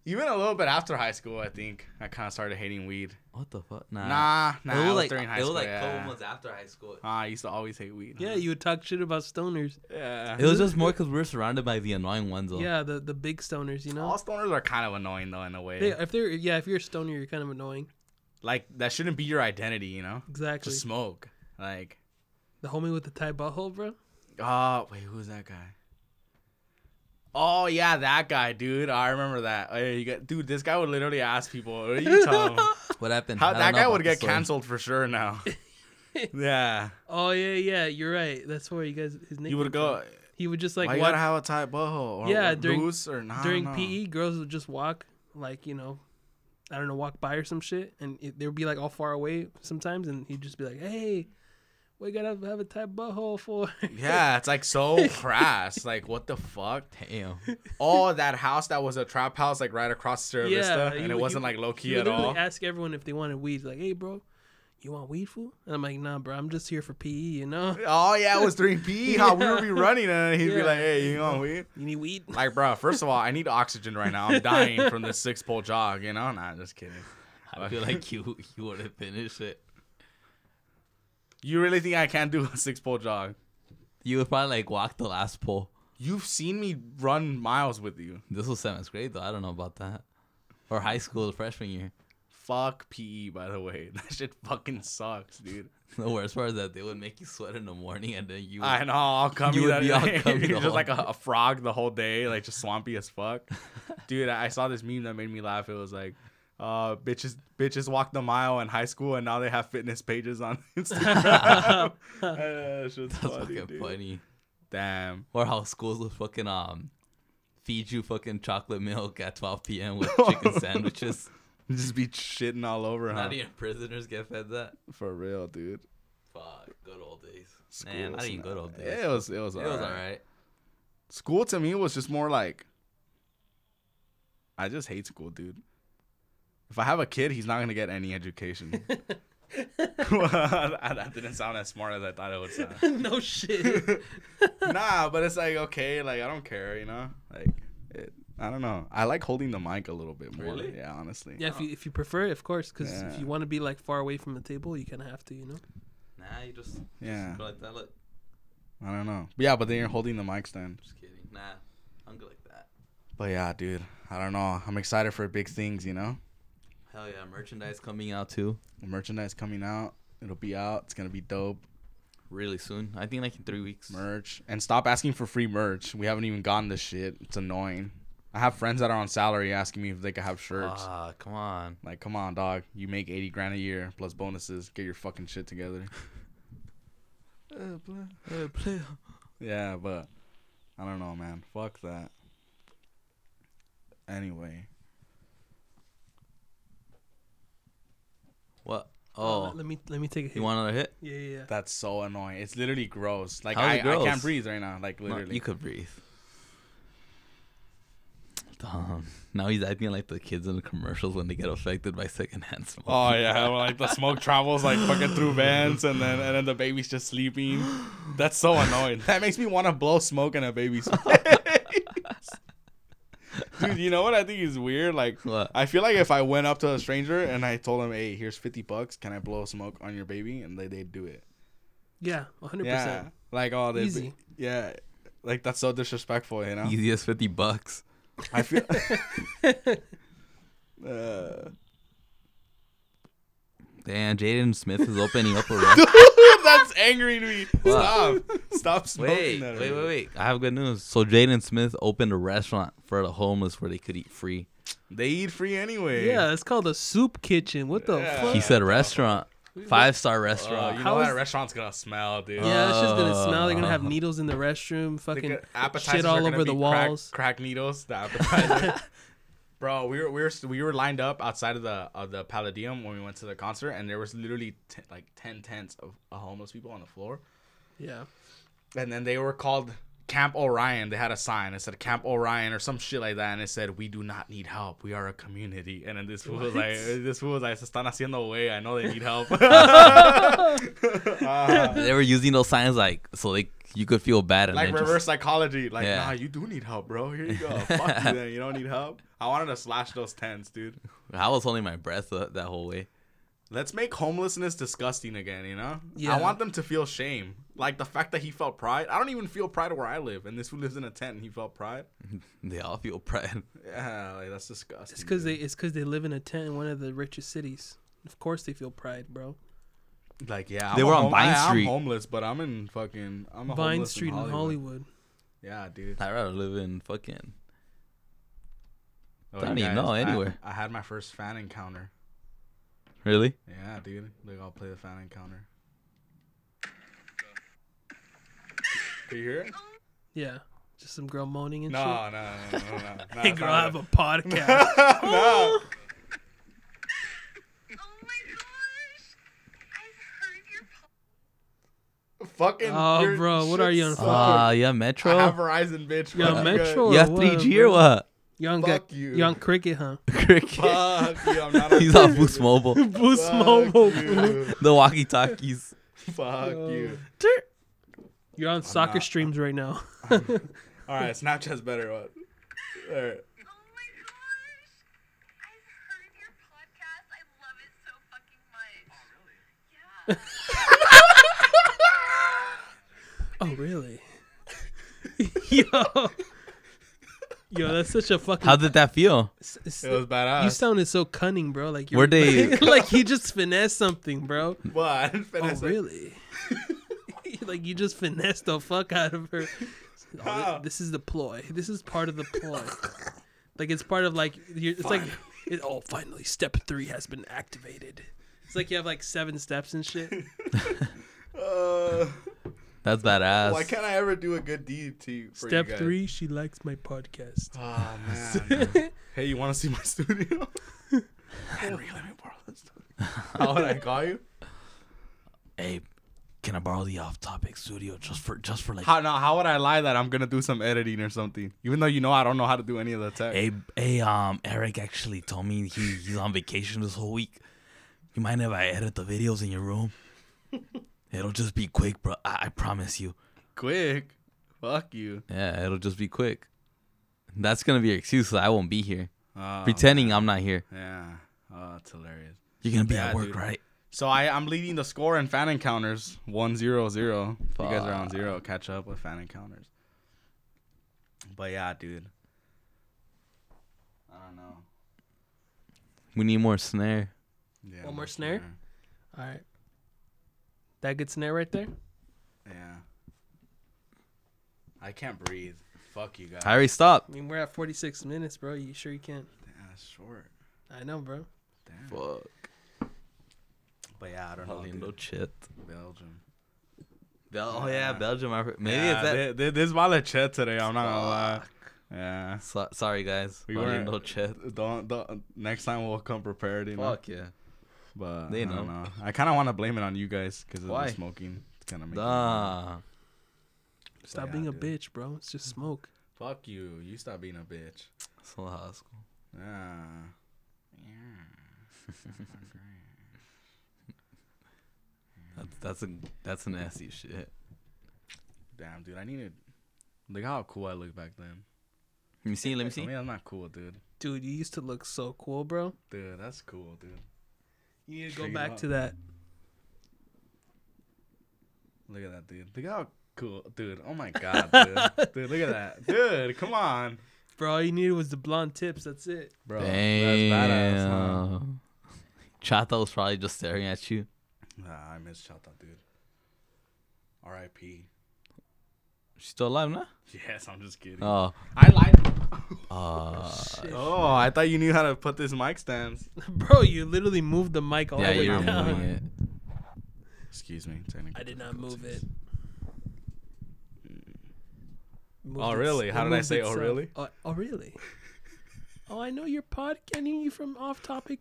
Speaker 1: Even a little bit after high school, I think I kind of started hating weed.
Speaker 2: What the fuck? Nah.
Speaker 1: Nah, nah.
Speaker 2: It
Speaker 1: it
Speaker 2: was
Speaker 1: was
Speaker 2: like
Speaker 1: during high
Speaker 2: it was
Speaker 1: school.
Speaker 2: like a
Speaker 1: yeah.
Speaker 2: couple months after high school.
Speaker 1: Ah, I used to always hate weed.
Speaker 3: Yeah, you would talk shit about stoners.
Speaker 1: yeah.
Speaker 2: It was just more because we were surrounded by the annoying ones.
Speaker 1: Oh.
Speaker 2: Though.
Speaker 3: Yeah, the, the big stoners, you know.
Speaker 1: All stoners are kind of annoying though, in a way.
Speaker 3: They, if they're yeah, if you're a stoner, you're kind of annoying.
Speaker 1: Like that shouldn't be your identity, you know?
Speaker 3: Exactly.
Speaker 1: To smoke. Like,
Speaker 3: the homie with the tie butthole, bro.
Speaker 1: oh wait, who's that guy? Oh yeah, that guy, dude. I remember that. Oh, yeah, you got, dude, this guy would literally ask people, "What are you telling him?"
Speaker 2: What happened? I
Speaker 1: How,
Speaker 2: don't
Speaker 1: that
Speaker 2: know
Speaker 1: guy
Speaker 2: about
Speaker 1: would
Speaker 2: the
Speaker 1: get
Speaker 2: story.
Speaker 1: canceled for sure now. yeah,
Speaker 3: Oh yeah, yeah, you're right. That's where you guys his name.
Speaker 1: he would go.
Speaker 3: He would just
Speaker 1: Like,
Speaker 3: like
Speaker 1: Why you
Speaker 3: walk
Speaker 1: gotta have a tight butthole? Or
Speaker 3: Yeah,
Speaker 1: yeah,
Speaker 3: during-
Speaker 1: loose or not?
Speaker 3: during E? PE. Girls would just walk like you know, I don't know, walk by or some shit, and it, they would be like all far away sometimes, and he'd just be like, "Hey, we gotta have a tight butthole for." *laughs*
Speaker 1: Yeah, it's like so crass. Like, what the fuck?
Speaker 2: Damn.
Speaker 1: Oh, that house that was a trap house, like right across Sierra Vista, and it wasn't like low key at all.
Speaker 3: Ask everyone if they wanted weed. Like, hey, bro, you want weed, fool? And I'm like, nah, bro, I'm just here for PE. You know,
Speaker 1: Oh yeah, it was three
Speaker 3: *laughs*
Speaker 1: P. How we would be running, and he'd
Speaker 3: Yeah.
Speaker 1: be like, "Hey, you know weed?"
Speaker 3: you need weed.
Speaker 1: Like, bro, first of all, I need oxygen right now. I'm dying from this six pole jog. You know, nah, just kidding.
Speaker 2: I feel like you *laughs* you would have finished it.
Speaker 1: You really think I can't do a six pole jog?
Speaker 2: You would probably like walk the last pole.
Speaker 1: You've seen me run miles with you.
Speaker 2: This was seventh grade though. I don't know about that. Or high school freshman year. *laughs*
Speaker 1: Fuck PE, by the way. *laughs* That shit fucking sucks, dude.
Speaker 2: The worst part is that they would make you sweat in the morning and then you.
Speaker 1: I know. I'll come
Speaker 2: You
Speaker 1: you
Speaker 2: would
Speaker 1: that
Speaker 2: be
Speaker 1: *laughs*
Speaker 2: all
Speaker 1: day.
Speaker 2: cummy the
Speaker 1: Just
Speaker 2: whole
Speaker 1: like a, a frog the whole day, like just swampy as fuck.
Speaker 2: *laughs*
Speaker 1: Dude, I I saw this meme that made me laugh. It was like, uh, bitches, bitches walked a mile in high school and now they have fitness pages on *laughs*
Speaker 2: *laughs*
Speaker 1: Instagram. *laughs* That's
Speaker 2: That's fucking funny.
Speaker 1: Damn. *laughs*
Speaker 2: Or how schools will fucking um feed you fucking chocolate milk at 12 p.m. with chicken sandwiches.
Speaker 1: Just be shitting all over, huh?
Speaker 2: Not even prisoners get fed that.
Speaker 1: For real, dude.
Speaker 2: Fuck, good old days.
Speaker 1: School
Speaker 2: Man, not
Speaker 1: was
Speaker 2: even
Speaker 1: not-
Speaker 2: good old days.
Speaker 1: It was. It was.
Speaker 2: it was alright.
Speaker 1: School to me was just more like. I just hate school, dude. If I have a kid, he's not gonna get any education. *laughs* that that didn't sound as smart as I thought it would
Speaker 3: *laughs*
Speaker 1: sound.
Speaker 3: *laughs* no shit.
Speaker 1: *laughs* nah, but it's like okay, like I don't care, you know. Like it, I don't know. I like holding the mic a little bit more.
Speaker 2: Really?
Speaker 1: Yeah, honestly.
Speaker 3: Yeah, if you if you prefer, it, of course, because
Speaker 1: Yeah.
Speaker 3: if you want to be like far away from the table, you kind of have to, you know.
Speaker 2: Nah, you just
Speaker 1: Yeah.
Speaker 2: go like that. Look,
Speaker 1: I don't know. But yeah, but then you're holding the mic stand.
Speaker 2: just kidding. Nah, I'm good like that.
Speaker 1: But yeah, dude, I don't know. I'm excited for big things, you know.
Speaker 2: Hell yeah, merchandise coming out too
Speaker 1: The merchandise coming out. It'll be out. It's gonna be dope.
Speaker 2: really soon. I think like in three weeks.
Speaker 1: Merch and stop asking for free merch. We haven't even gotten this shit. It's annoying. I have friends that are on salary asking me if they could have shirts.
Speaker 2: Ah, come on.
Speaker 1: Like, come on, dog. You make 80 grand a year plus bonuses. Get your fucking shit
Speaker 2: *laughs*
Speaker 1: together. Yeah, but I don't know, man. Fuck that. Anyway,
Speaker 2: What?
Speaker 3: Uh,
Speaker 2: Oh,
Speaker 3: let me let me take a hit.
Speaker 2: you want another hit?
Speaker 3: yeah, yeah, yeah.
Speaker 1: that's so annoying. It's literally gross. Like,
Speaker 2: How's
Speaker 1: I,
Speaker 2: it
Speaker 1: I
Speaker 2: gross?
Speaker 1: can't breathe right now. Like,
Speaker 2: No,
Speaker 1: literally.
Speaker 2: you could breathe. Damn. Now he's acting like the kids in the commercials when they get affected by secondhand smoke.
Speaker 1: Oh yeah, well, like the smoke travels like fucking through vents, and then and then the baby's just sleeping. That's so annoying. That makes me want to blow smoke in a baby's face. Dude, you know what I think is weird? Like,
Speaker 2: What?
Speaker 1: I feel like if I went up to a stranger and I told them, "Hey, here's fifty bucks. Can I blow smoke on your baby?" and they they do it.
Speaker 3: Yeah, 100%.
Speaker 1: Yeah, like oh, they
Speaker 3: Easy.
Speaker 1: yeah, like that's so disrespectful. You know,
Speaker 2: Easy as 50 bucks.
Speaker 1: I feel. *laughs* Uh, *laughs*
Speaker 2: Damn, Jaden Smith is opening
Speaker 1: *laughs*
Speaker 2: up a restaurant.
Speaker 1: that's angering me. Stop! Stop smoking
Speaker 2: Wait,
Speaker 1: that.
Speaker 2: wait, wait,
Speaker 1: already.
Speaker 2: wait. I have good news. So Jaden Smith opened a restaurant for the homeless where they could eat free.
Speaker 1: They eat free anyway.
Speaker 3: Yeah, it's called a soup kitchen. What the
Speaker 1: Yeah.
Speaker 3: fuck?
Speaker 2: He said restaurant. Five star
Speaker 1: Uh,
Speaker 2: restaurant.
Speaker 1: you
Speaker 3: How
Speaker 1: know
Speaker 3: is-
Speaker 1: that restaurant's gonna smell, dude.
Speaker 3: yeah, it's just gonna smell. They're gonna have
Speaker 2: Uh.
Speaker 3: needles in the restroom,
Speaker 1: The
Speaker 3: fucking
Speaker 1: g- appetizers
Speaker 3: shit
Speaker 1: are
Speaker 3: all
Speaker 1: gonna
Speaker 3: over the
Speaker 1: be crack-
Speaker 3: walls.
Speaker 1: Crack, needles,
Speaker 3: *laughs*
Speaker 1: the appetizer. Bro, we were we were we were lined up outside of the of the Palladium when we went to the concert, and there was literally t- like ten tents of uh, homeless people on the floor,
Speaker 3: Yeah,
Speaker 1: and then they were called Camp Orion. They had a sign. It said Camp Orion or some shit like that, and it said, "We do not need help. We are a community." And then this fool was like, "This fool was like, se están haciendo way. I know they need
Speaker 3: *laughs*
Speaker 1: help." *laughs* Uh,
Speaker 2: they were using those signs like so they you could feel bad and
Speaker 1: like
Speaker 2: then just-
Speaker 1: reverse psychology. Like,
Speaker 2: Yeah.
Speaker 1: nah, you do need help, bro. Here you go.
Speaker 2: *laughs*
Speaker 1: Fuck you, then. You don't need help. I wanted to slash those tents, dude.
Speaker 2: I was holding my breath uh, that whole way.
Speaker 1: Let's make homelessness disgusting again. You know?
Speaker 3: Yeah.
Speaker 1: I want them to feel shame, like the fact that he felt pride. I don't even feel pride where I live, and this who lives in a tent and he felt pride.
Speaker 2: They all feel *laughs* pride.
Speaker 1: Yeah, like that's disgusting.
Speaker 3: it's because they
Speaker 1: dude.
Speaker 3: it's because they live in a tent in one of the richest cities. Of course, they feel pride, bro.
Speaker 1: like yeah, I'm
Speaker 2: They
Speaker 1: a
Speaker 2: were on
Speaker 1: hom-
Speaker 2: Vine
Speaker 1: I,
Speaker 2: Street.
Speaker 1: am homeless, but I'm in fucking I'm a
Speaker 3: Vine
Speaker 1: homeless
Speaker 3: Street in Hollywood.
Speaker 1: Yeah, dude.
Speaker 2: I'd rather live in fucking
Speaker 1: Oh,
Speaker 2: Don't
Speaker 1: you
Speaker 2: even know,
Speaker 1: I-
Speaker 2: anywhere.
Speaker 1: I had my first fan encounter.
Speaker 2: really.
Speaker 1: Yeah, dude. Like I'll play the fan encounter. Can you hear it?
Speaker 3: Yeah, just some girl moaning and shit.
Speaker 1: No, no, no, no, no,
Speaker 3: *laughs*
Speaker 1: no.
Speaker 3: Hey,
Speaker 1: it's
Speaker 3: girl, I
Speaker 1: not
Speaker 3: have
Speaker 1: that.
Speaker 3: a podcast.
Speaker 1: *laughs* no.
Speaker 5: Oh my gosh! I've heard your podcast.
Speaker 1: Fucking.
Speaker 3: Oh,
Speaker 1: your
Speaker 3: bro, what are you on
Speaker 1: shit's
Speaker 3: fucking-
Speaker 2: Ah,
Speaker 1: sucking.
Speaker 2: yeah,
Speaker 1: I have
Speaker 2: Metro.
Speaker 1: Verizon, bitch.
Speaker 3: You're on
Speaker 1: Fuck
Speaker 3: Metro?
Speaker 2: You have
Speaker 3: Or
Speaker 2: 3G
Speaker 3: what,
Speaker 2: or what? *laughs*
Speaker 3: You're on,
Speaker 1: Fuck
Speaker 3: got-
Speaker 1: you.
Speaker 3: you're on cricket,
Speaker 1: *laughs*
Speaker 3: huh?
Speaker 2: Cricket.
Speaker 1: Fuck you. I'm *laughs* not on
Speaker 2: He's on
Speaker 1: Verizon,
Speaker 2: Boost Mobile.
Speaker 3: Boost
Speaker 1: bitch.
Speaker 3: Mobile.
Speaker 1: Fuck you.
Speaker 2: The walkie talkies.
Speaker 1: Fuck you.
Speaker 3: You're on soccer
Speaker 1: not-
Speaker 3: streams right now. *laughs*
Speaker 1: All right, Snapchat's better. What? All right.
Speaker 5: Oh my gosh! I've heard your podcast. I love it so fucking much. Oh really? Yeah.
Speaker 3: *laughs* oh, really? Yo. Yo, that's such a fucking.
Speaker 2: How did that feel?
Speaker 3: s- s-
Speaker 1: It was badass.
Speaker 3: you sounded so cunning, bro. Like you're
Speaker 2: Were they-
Speaker 3: *laughs* like you just finessed something,
Speaker 1: *laughs*
Speaker 3: bro.
Speaker 1: What? I didn't
Speaker 3: Oh,
Speaker 1: finish it.
Speaker 3: really? *laughs* like you just finessed the fuck out of her. Oh, thi-
Speaker 1: *laughs* How?
Speaker 3: this is the ploy. This is part of the ploy. like it's part of like you it's like it, oh finally step three has been activated. It's like you have like seven steps and shit.
Speaker 1: Uh,
Speaker 2: That's badass.
Speaker 1: why can't I ever do a good deed to you? *laughs* For you
Speaker 3: Step
Speaker 1: guys?
Speaker 3: three, she likes my podcast.
Speaker 1: Oh
Speaker 3: *laughs*
Speaker 1: man. hey, you want to see my *laughs* studio? Henry, let me borrow that studio. *laughs* How would I call you?
Speaker 2: hey, can I borrow the off topic studio just for just for like
Speaker 1: How no? How would I lie that I'm gonna do some editing or something? Even though you know I don't know how to do any of the tech.
Speaker 2: Hey, hey, um, Eric actually told me he, he's on vacation this whole week. You You mind if I edit the videos in your
Speaker 1: *laughs*
Speaker 2: room? it'll just be quick, bro. I, I promise you.
Speaker 1: Quick. Fuck you.
Speaker 2: Yeah, it'll just be quick. That's gonna be your excuse. That I won't be here,
Speaker 1: Uh,
Speaker 2: pretending I'm not here.
Speaker 1: Yeah. Oh, it's hilarious.
Speaker 2: You're gonna be
Speaker 1: Yeah,
Speaker 2: at work,
Speaker 1: dude.
Speaker 2: right?
Speaker 1: So I, I'm leading the score in fan encounters 1 0 0. You guys are on zero. Catch up with fan encounters. But yeah, dude. I don't know.
Speaker 2: We need more snare.
Speaker 1: Yeah,
Speaker 3: One more snare? All right. That good snare right there.
Speaker 1: Yeah. I can't breathe. Fuck you guys.
Speaker 2: I already stopped.
Speaker 3: I mean, we're at 46 minutes, bro. You sure you can't?
Speaker 1: Damn, that's short.
Speaker 3: I know, bro.
Speaker 1: Damn.
Speaker 2: Fuck.
Speaker 1: But yeah, I don't know.
Speaker 2: Lindo
Speaker 1: Dude.
Speaker 2: shit.
Speaker 1: Belgium.
Speaker 2: Bel- oh yeah,
Speaker 1: Yeah.
Speaker 2: Belgium. I- Maybe
Speaker 1: yeah,
Speaker 2: it's that.
Speaker 1: thi- thi- this is my legit today. I'm not gonna lie. Yeah.
Speaker 2: So- sorry guys.
Speaker 1: We
Speaker 2: Oh,
Speaker 1: weren't-
Speaker 2: Lindo shit.
Speaker 1: Don't, don't. Next time we'll come prepared. You know.
Speaker 2: Fuck yeah.
Speaker 1: But
Speaker 2: They
Speaker 1: I don't
Speaker 2: know.
Speaker 1: know. I kind of want to blame it on you guys because of
Speaker 2: Why?
Speaker 1: the smoking. It's kind of making.
Speaker 2: Nah.
Speaker 3: Stop
Speaker 1: yeah,
Speaker 3: being a
Speaker 1: dude. Mm-hmm.
Speaker 3: bitch, bro. It's just smoke.
Speaker 1: Fuck you. You stop being a bitch.
Speaker 2: So high school.
Speaker 1: Yeah.
Speaker 2: That's, that's a that's a nasty shit.
Speaker 1: Damn, dude. I need to. Look how cool I look back then.
Speaker 2: Let me see. Let me
Speaker 1: I
Speaker 2: see.
Speaker 1: mean, I'm not cool, dude.
Speaker 3: Dude, you used to look so cool, bro.
Speaker 1: Dude, that's cool, dude.
Speaker 3: You need to go
Speaker 1: Straight
Speaker 3: back
Speaker 1: up.
Speaker 3: to that.
Speaker 1: Look at that, dude. Look how cool, dude. Oh my god, *laughs* dude. dude, look at that, dude. Come on,
Speaker 3: Bro, all you needed was the blonde tips. That's it.
Speaker 1: bro. That's badass. Huh?
Speaker 2: Damn. Chata was probably just staring at you.
Speaker 1: Nah, I miss Chata, dude. R.I.P.
Speaker 2: She's still alive, nah?
Speaker 1: *laughs* Yes, I'm just kidding.
Speaker 2: Oh.
Speaker 1: I like.
Speaker 2: Uh,
Speaker 3: Shit.
Speaker 1: Oh, I thought you knew how to put this mic stands.
Speaker 3: *laughs* Bro, you literally moved the mic
Speaker 1: Oh,
Speaker 3: all
Speaker 2: yeah,
Speaker 3: the way
Speaker 2: you were
Speaker 3: down.
Speaker 2: moving it.
Speaker 1: Excuse me. Technical
Speaker 3: I did not move it. Moved
Speaker 1: Mm. Oh,
Speaker 3: its-
Speaker 1: really?
Speaker 3: it
Speaker 1: How did I
Speaker 3: moved
Speaker 1: say, "Oh,
Speaker 3: itself."
Speaker 1: really?
Speaker 3: Oh, oh, really? *laughs* oh, I know your podcast. I knew you from Off Topic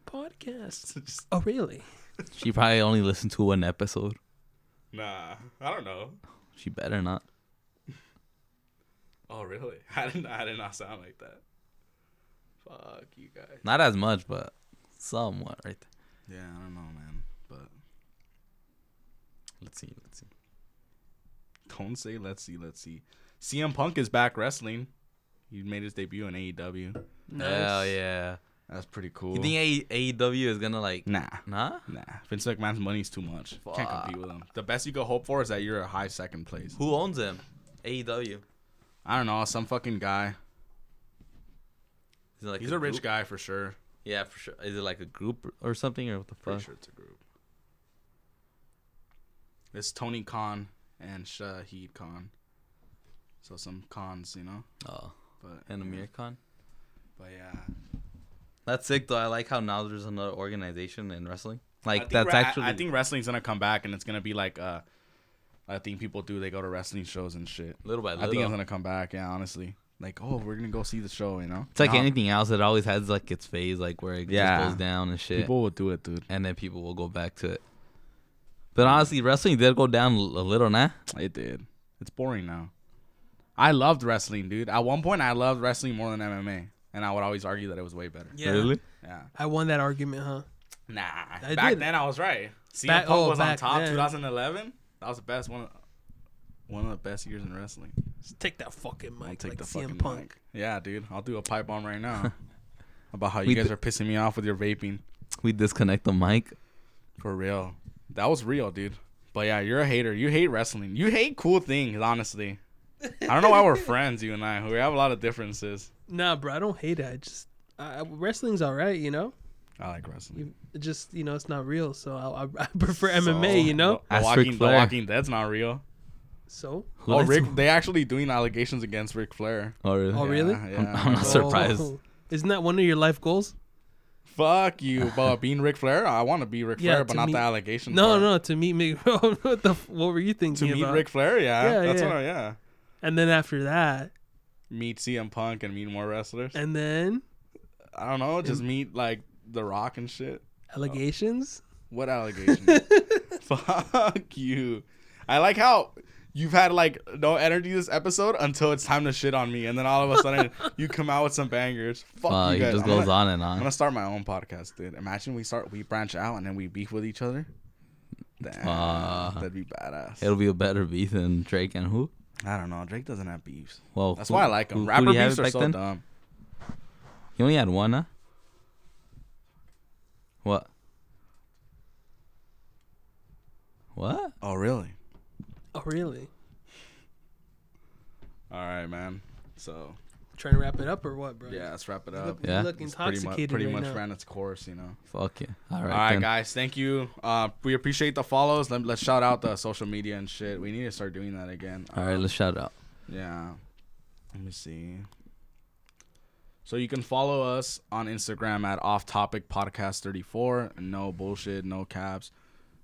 Speaker 1: *laughs*
Speaker 3: Podcast.
Speaker 1: Just-
Speaker 3: Oh, really?
Speaker 2: She probably only listened to one episode.
Speaker 1: Nah, I don't know.
Speaker 2: She better not.
Speaker 1: Oh, really? *laughs* I did not. I did not sound like that. Fuck you guys.
Speaker 2: Not as much, but somewhat, right? There.
Speaker 1: Yeah, I don't know, man. But
Speaker 2: Let's see. Let's see.
Speaker 1: don't say. Let's see. Let's see. CM Punk is back wrestling. He made his debut in E AEW.
Speaker 2: Hell yeah.
Speaker 1: That's pretty cool.
Speaker 2: You think A- AEW is gonna like?
Speaker 1: Nah,
Speaker 2: Nah.
Speaker 1: nah. Vince McMahon's money's too much. Can't compete with him. The best you could hope for is that you're a high second place.
Speaker 2: Who owns E them? AEW. Is
Speaker 1: I don't know, some fucking guy.
Speaker 2: it like
Speaker 1: He's a rich
Speaker 2: group?
Speaker 1: guy for sure.
Speaker 2: Yeah, for sure. Is it like a group or something or what the
Speaker 1: Pretty
Speaker 2: fuck?
Speaker 1: sure it's a group. It's Tony Khan and Shahid Khan. So some cons, you know.
Speaker 2: Oh,
Speaker 1: But
Speaker 2: and Amir Khan.
Speaker 1: But yeah.
Speaker 2: That's sick though. I like how now there's another organization in wrestling.
Speaker 1: I
Speaker 2: Like
Speaker 1: think
Speaker 2: that's
Speaker 1: re- I-
Speaker 2: actually.
Speaker 1: I, think wrestling's gonna come back, and it's gonna be like uh, I think people do. They go to wrestling shows and shit.
Speaker 2: little by
Speaker 1: I
Speaker 2: little.
Speaker 1: think it's gonna come back. Yeah, honestly. Like, oh, we're gonna go see the show, you know.
Speaker 2: it's like
Speaker 1: Now,
Speaker 2: anything else. It always has like its phase, like where it
Speaker 1: Yeah.
Speaker 2: just goes down and shit,
Speaker 1: People will do it, dude.
Speaker 2: and then people will go back to it. But honestly, wrestling did go down l- a little, nah.
Speaker 1: It did. It's boring now. I loved wrestling, dude. At one point, I loved wrestling more than MMA, and I would always argue that it was way better.
Speaker 3: Yeah.
Speaker 1: Yeah.
Speaker 3: I won that argument, huh?
Speaker 1: Nah.
Speaker 3: I
Speaker 1: back
Speaker 3: did.
Speaker 1: then, I was right. CM
Speaker 3: Back-
Speaker 1: Punk
Speaker 3: oh,
Speaker 1: was on
Speaker 3: back
Speaker 1: top.
Speaker 3: then.
Speaker 1: 2011. That was the best one. One of the best years in wrestling.
Speaker 3: Just take that fucking mic,
Speaker 1: I'll take
Speaker 3: like
Speaker 1: the
Speaker 3: CM
Speaker 1: fucking
Speaker 3: Punk.
Speaker 1: mic. Yeah, dude. I'll do a pipe bomb right
Speaker 2: *laughs*
Speaker 1: now about how you
Speaker 2: We
Speaker 1: guys
Speaker 2: d-
Speaker 1: are pissing me off with your vaping.
Speaker 2: We disconnect the mic.
Speaker 1: For real. That was real, dude. But yeah, you're a hater. You hate wrestling. You hate cool things, honestly. I don't know why we're friends, you and I. We have a lot of differences.
Speaker 3: Nah, bro, I don't hate it. I just I, I- wrestling's all right, you know.
Speaker 1: I like wrestling.
Speaker 3: You, it just you know, it's not real, so I, I, I *laughs* prefer MMA, you know.
Speaker 1: The,
Speaker 2: Ask
Speaker 1: walking,
Speaker 2: Ric
Speaker 1: the
Speaker 2: Flair.
Speaker 1: Walking Dead's not real. *laughs*
Speaker 3: So,
Speaker 2: Who
Speaker 1: Oh,
Speaker 2: likes-
Speaker 1: Rick, they actually doing allegations against Ric Flair.
Speaker 2: Oh, really?
Speaker 3: oh really?
Speaker 1: Yeah, yeah.
Speaker 2: I'm- I'm not
Speaker 1: Like,
Speaker 2: surprised.
Speaker 3: Oh. Isn't that one of your life goals?
Speaker 1: Fuck you, but *laughs* being Ric Flair, I want to be Ric
Speaker 3: Yeah,
Speaker 1: Flair, but
Speaker 3: to
Speaker 1: not
Speaker 3: me-
Speaker 1: the allegations.
Speaker 3: No,
Speaker 1: part.
Speaker 3: no, to meet me. *laughs* what the? f- What were you
Speaker 1: To
Speaker 3: thinking
Speaker 1: meet
Speaker 3: about?
Speaker 1: Ric Flair, yeah,
Speaker 3: Yeah,
Speaker 1: that's
Speaker 3: yeah.
Speaker 1: what. I, yeah,
Speaker 3: and then after that,
Speaker 1: meet CM Punk and meet more wrestlers.
Speaker 3: and then
Speaker 1: I don't know, just meet like The Rock and shit. Oh.
Speaker 3: allegations.
Speaker 1: *laughs* What allegation? Fuck you. I like how you've had like no energy this episode until it's time to shit on me, and then all of a *laughs* sudden you come out with some bangers. Fuck
Speaker 2: Uh,
Speaker 1: you
Speaker 2: he
Speaker 1: guys.
Speaker 2: just
Speaker 1: I'm
Speaker 2: goes
Speaker 1: gonna-
Speaker 2: on and
Speaker 1: I'm
Speaker 2: on.
Speaker 1: gonna start my own podcast, dude. Imagine we start, we branch out, and then we beef with each other. Damn,
Speaker 2: Uh,
Speaker 1: that'd be badass.
Speaker 2: It'll be a better beat than Drake and who?
Speaker 1: I don't know. Drake doesn't have beefs.
Speaker 2: Well,
Speaker 1: That's
Speaker 2: who-
Speaker 1: why I like
Speaker 2: who-
Speaker 1: him.
Speaker 2: who
Speaker 1: Rapper
Speaker 2: do you have
Speaker 1: beefs are
Speaker 2: back
Speaker 1: so
Speaker 2: then?
Speaker 1: dumb.
Speaker 2: He only had one, huh? What? What?
Speaker 1: Oh, really?
Speaker 3: *laughs* Oh, really?
Speaker 1: All right, man. So
Speaker 3: Trying to wrap it up or what, bro?
Speaker 1: yeah, let's wrap it
Speaker 3: You
Speaker 1: up.
Speaker 3: look,
Speaker 2: Yeah.
Speaker 3: you look
Speaker 1: It's pretty much,
Speaker 3: intoxicated
Speaker 1: pretty
Speaker 3: right
Speaker 1: much
Speaker 3: now.
Speaker 1: ran its course, you know.
Speaker 2: Fuck yeah. All right.
Speaker 1: All right,
Speaker 2: then.
Speaker 1: guys. Thank you. Uh, we appreciate the follows. Let, let's shout out the social media and shit. We need to start doing that again.
Speaker 2: All right, let's shout out.
Speaker 1: Yeah. Let me see. So you can follow us on Instagram at Off Topic Podcast 34. No bullshit, no caps.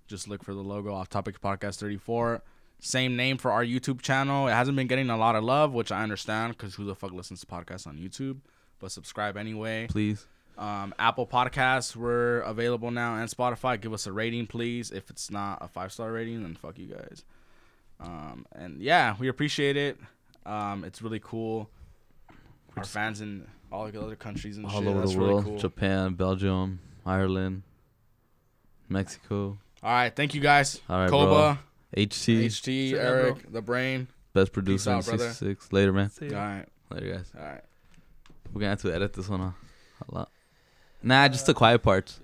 Speaker 1: Just look for the logo Off Topic Podcast 34. Same name for our YouTube channel. It hasn't been getting a lot of love, which I understand because who the fuck listens to podcasts on YouTube? But subscribe anyway.
Speaker 2: Please.
Speaker 1: Um, Apple Podcasts were available now and Spotify. Give us a rating, please. If it's not a five star rating, then fuck you guys. Um, and yeah, we appreciate it. Um, it's really cool. Our fans in all the other countries and
Speaker 2: All
Speaker 1: shit.
Speaker 2: over
Speaker 1: That's
Speaker 2: the world.
Speaker 1: really cool.
Speaker 2: Japan, Belgium, Ireland, Mexico,
Speaker 1: all right, thank you guys.
Speaker 2: All right,
Speaker 1: Koba,
Speaker 2: HC,
Speaker 1: HT,
Speaker 3: Straight up,
Speaker 1: Eric, the brain.
Speaker 2: best producer
Speaker 1: out,
Speaker 2: in
Speaker 1: brother.
Speaker 2: 66. Later, man.
Speaker 3: See
Speaker 1: All
Speaker 3: ya.
Speaker 1: right,
Speaker 2: Later, guys.
Speaker 1: all right.
Speaker 2: We're going to have to edit this one huh? a lot. Nah, just the quiet parts.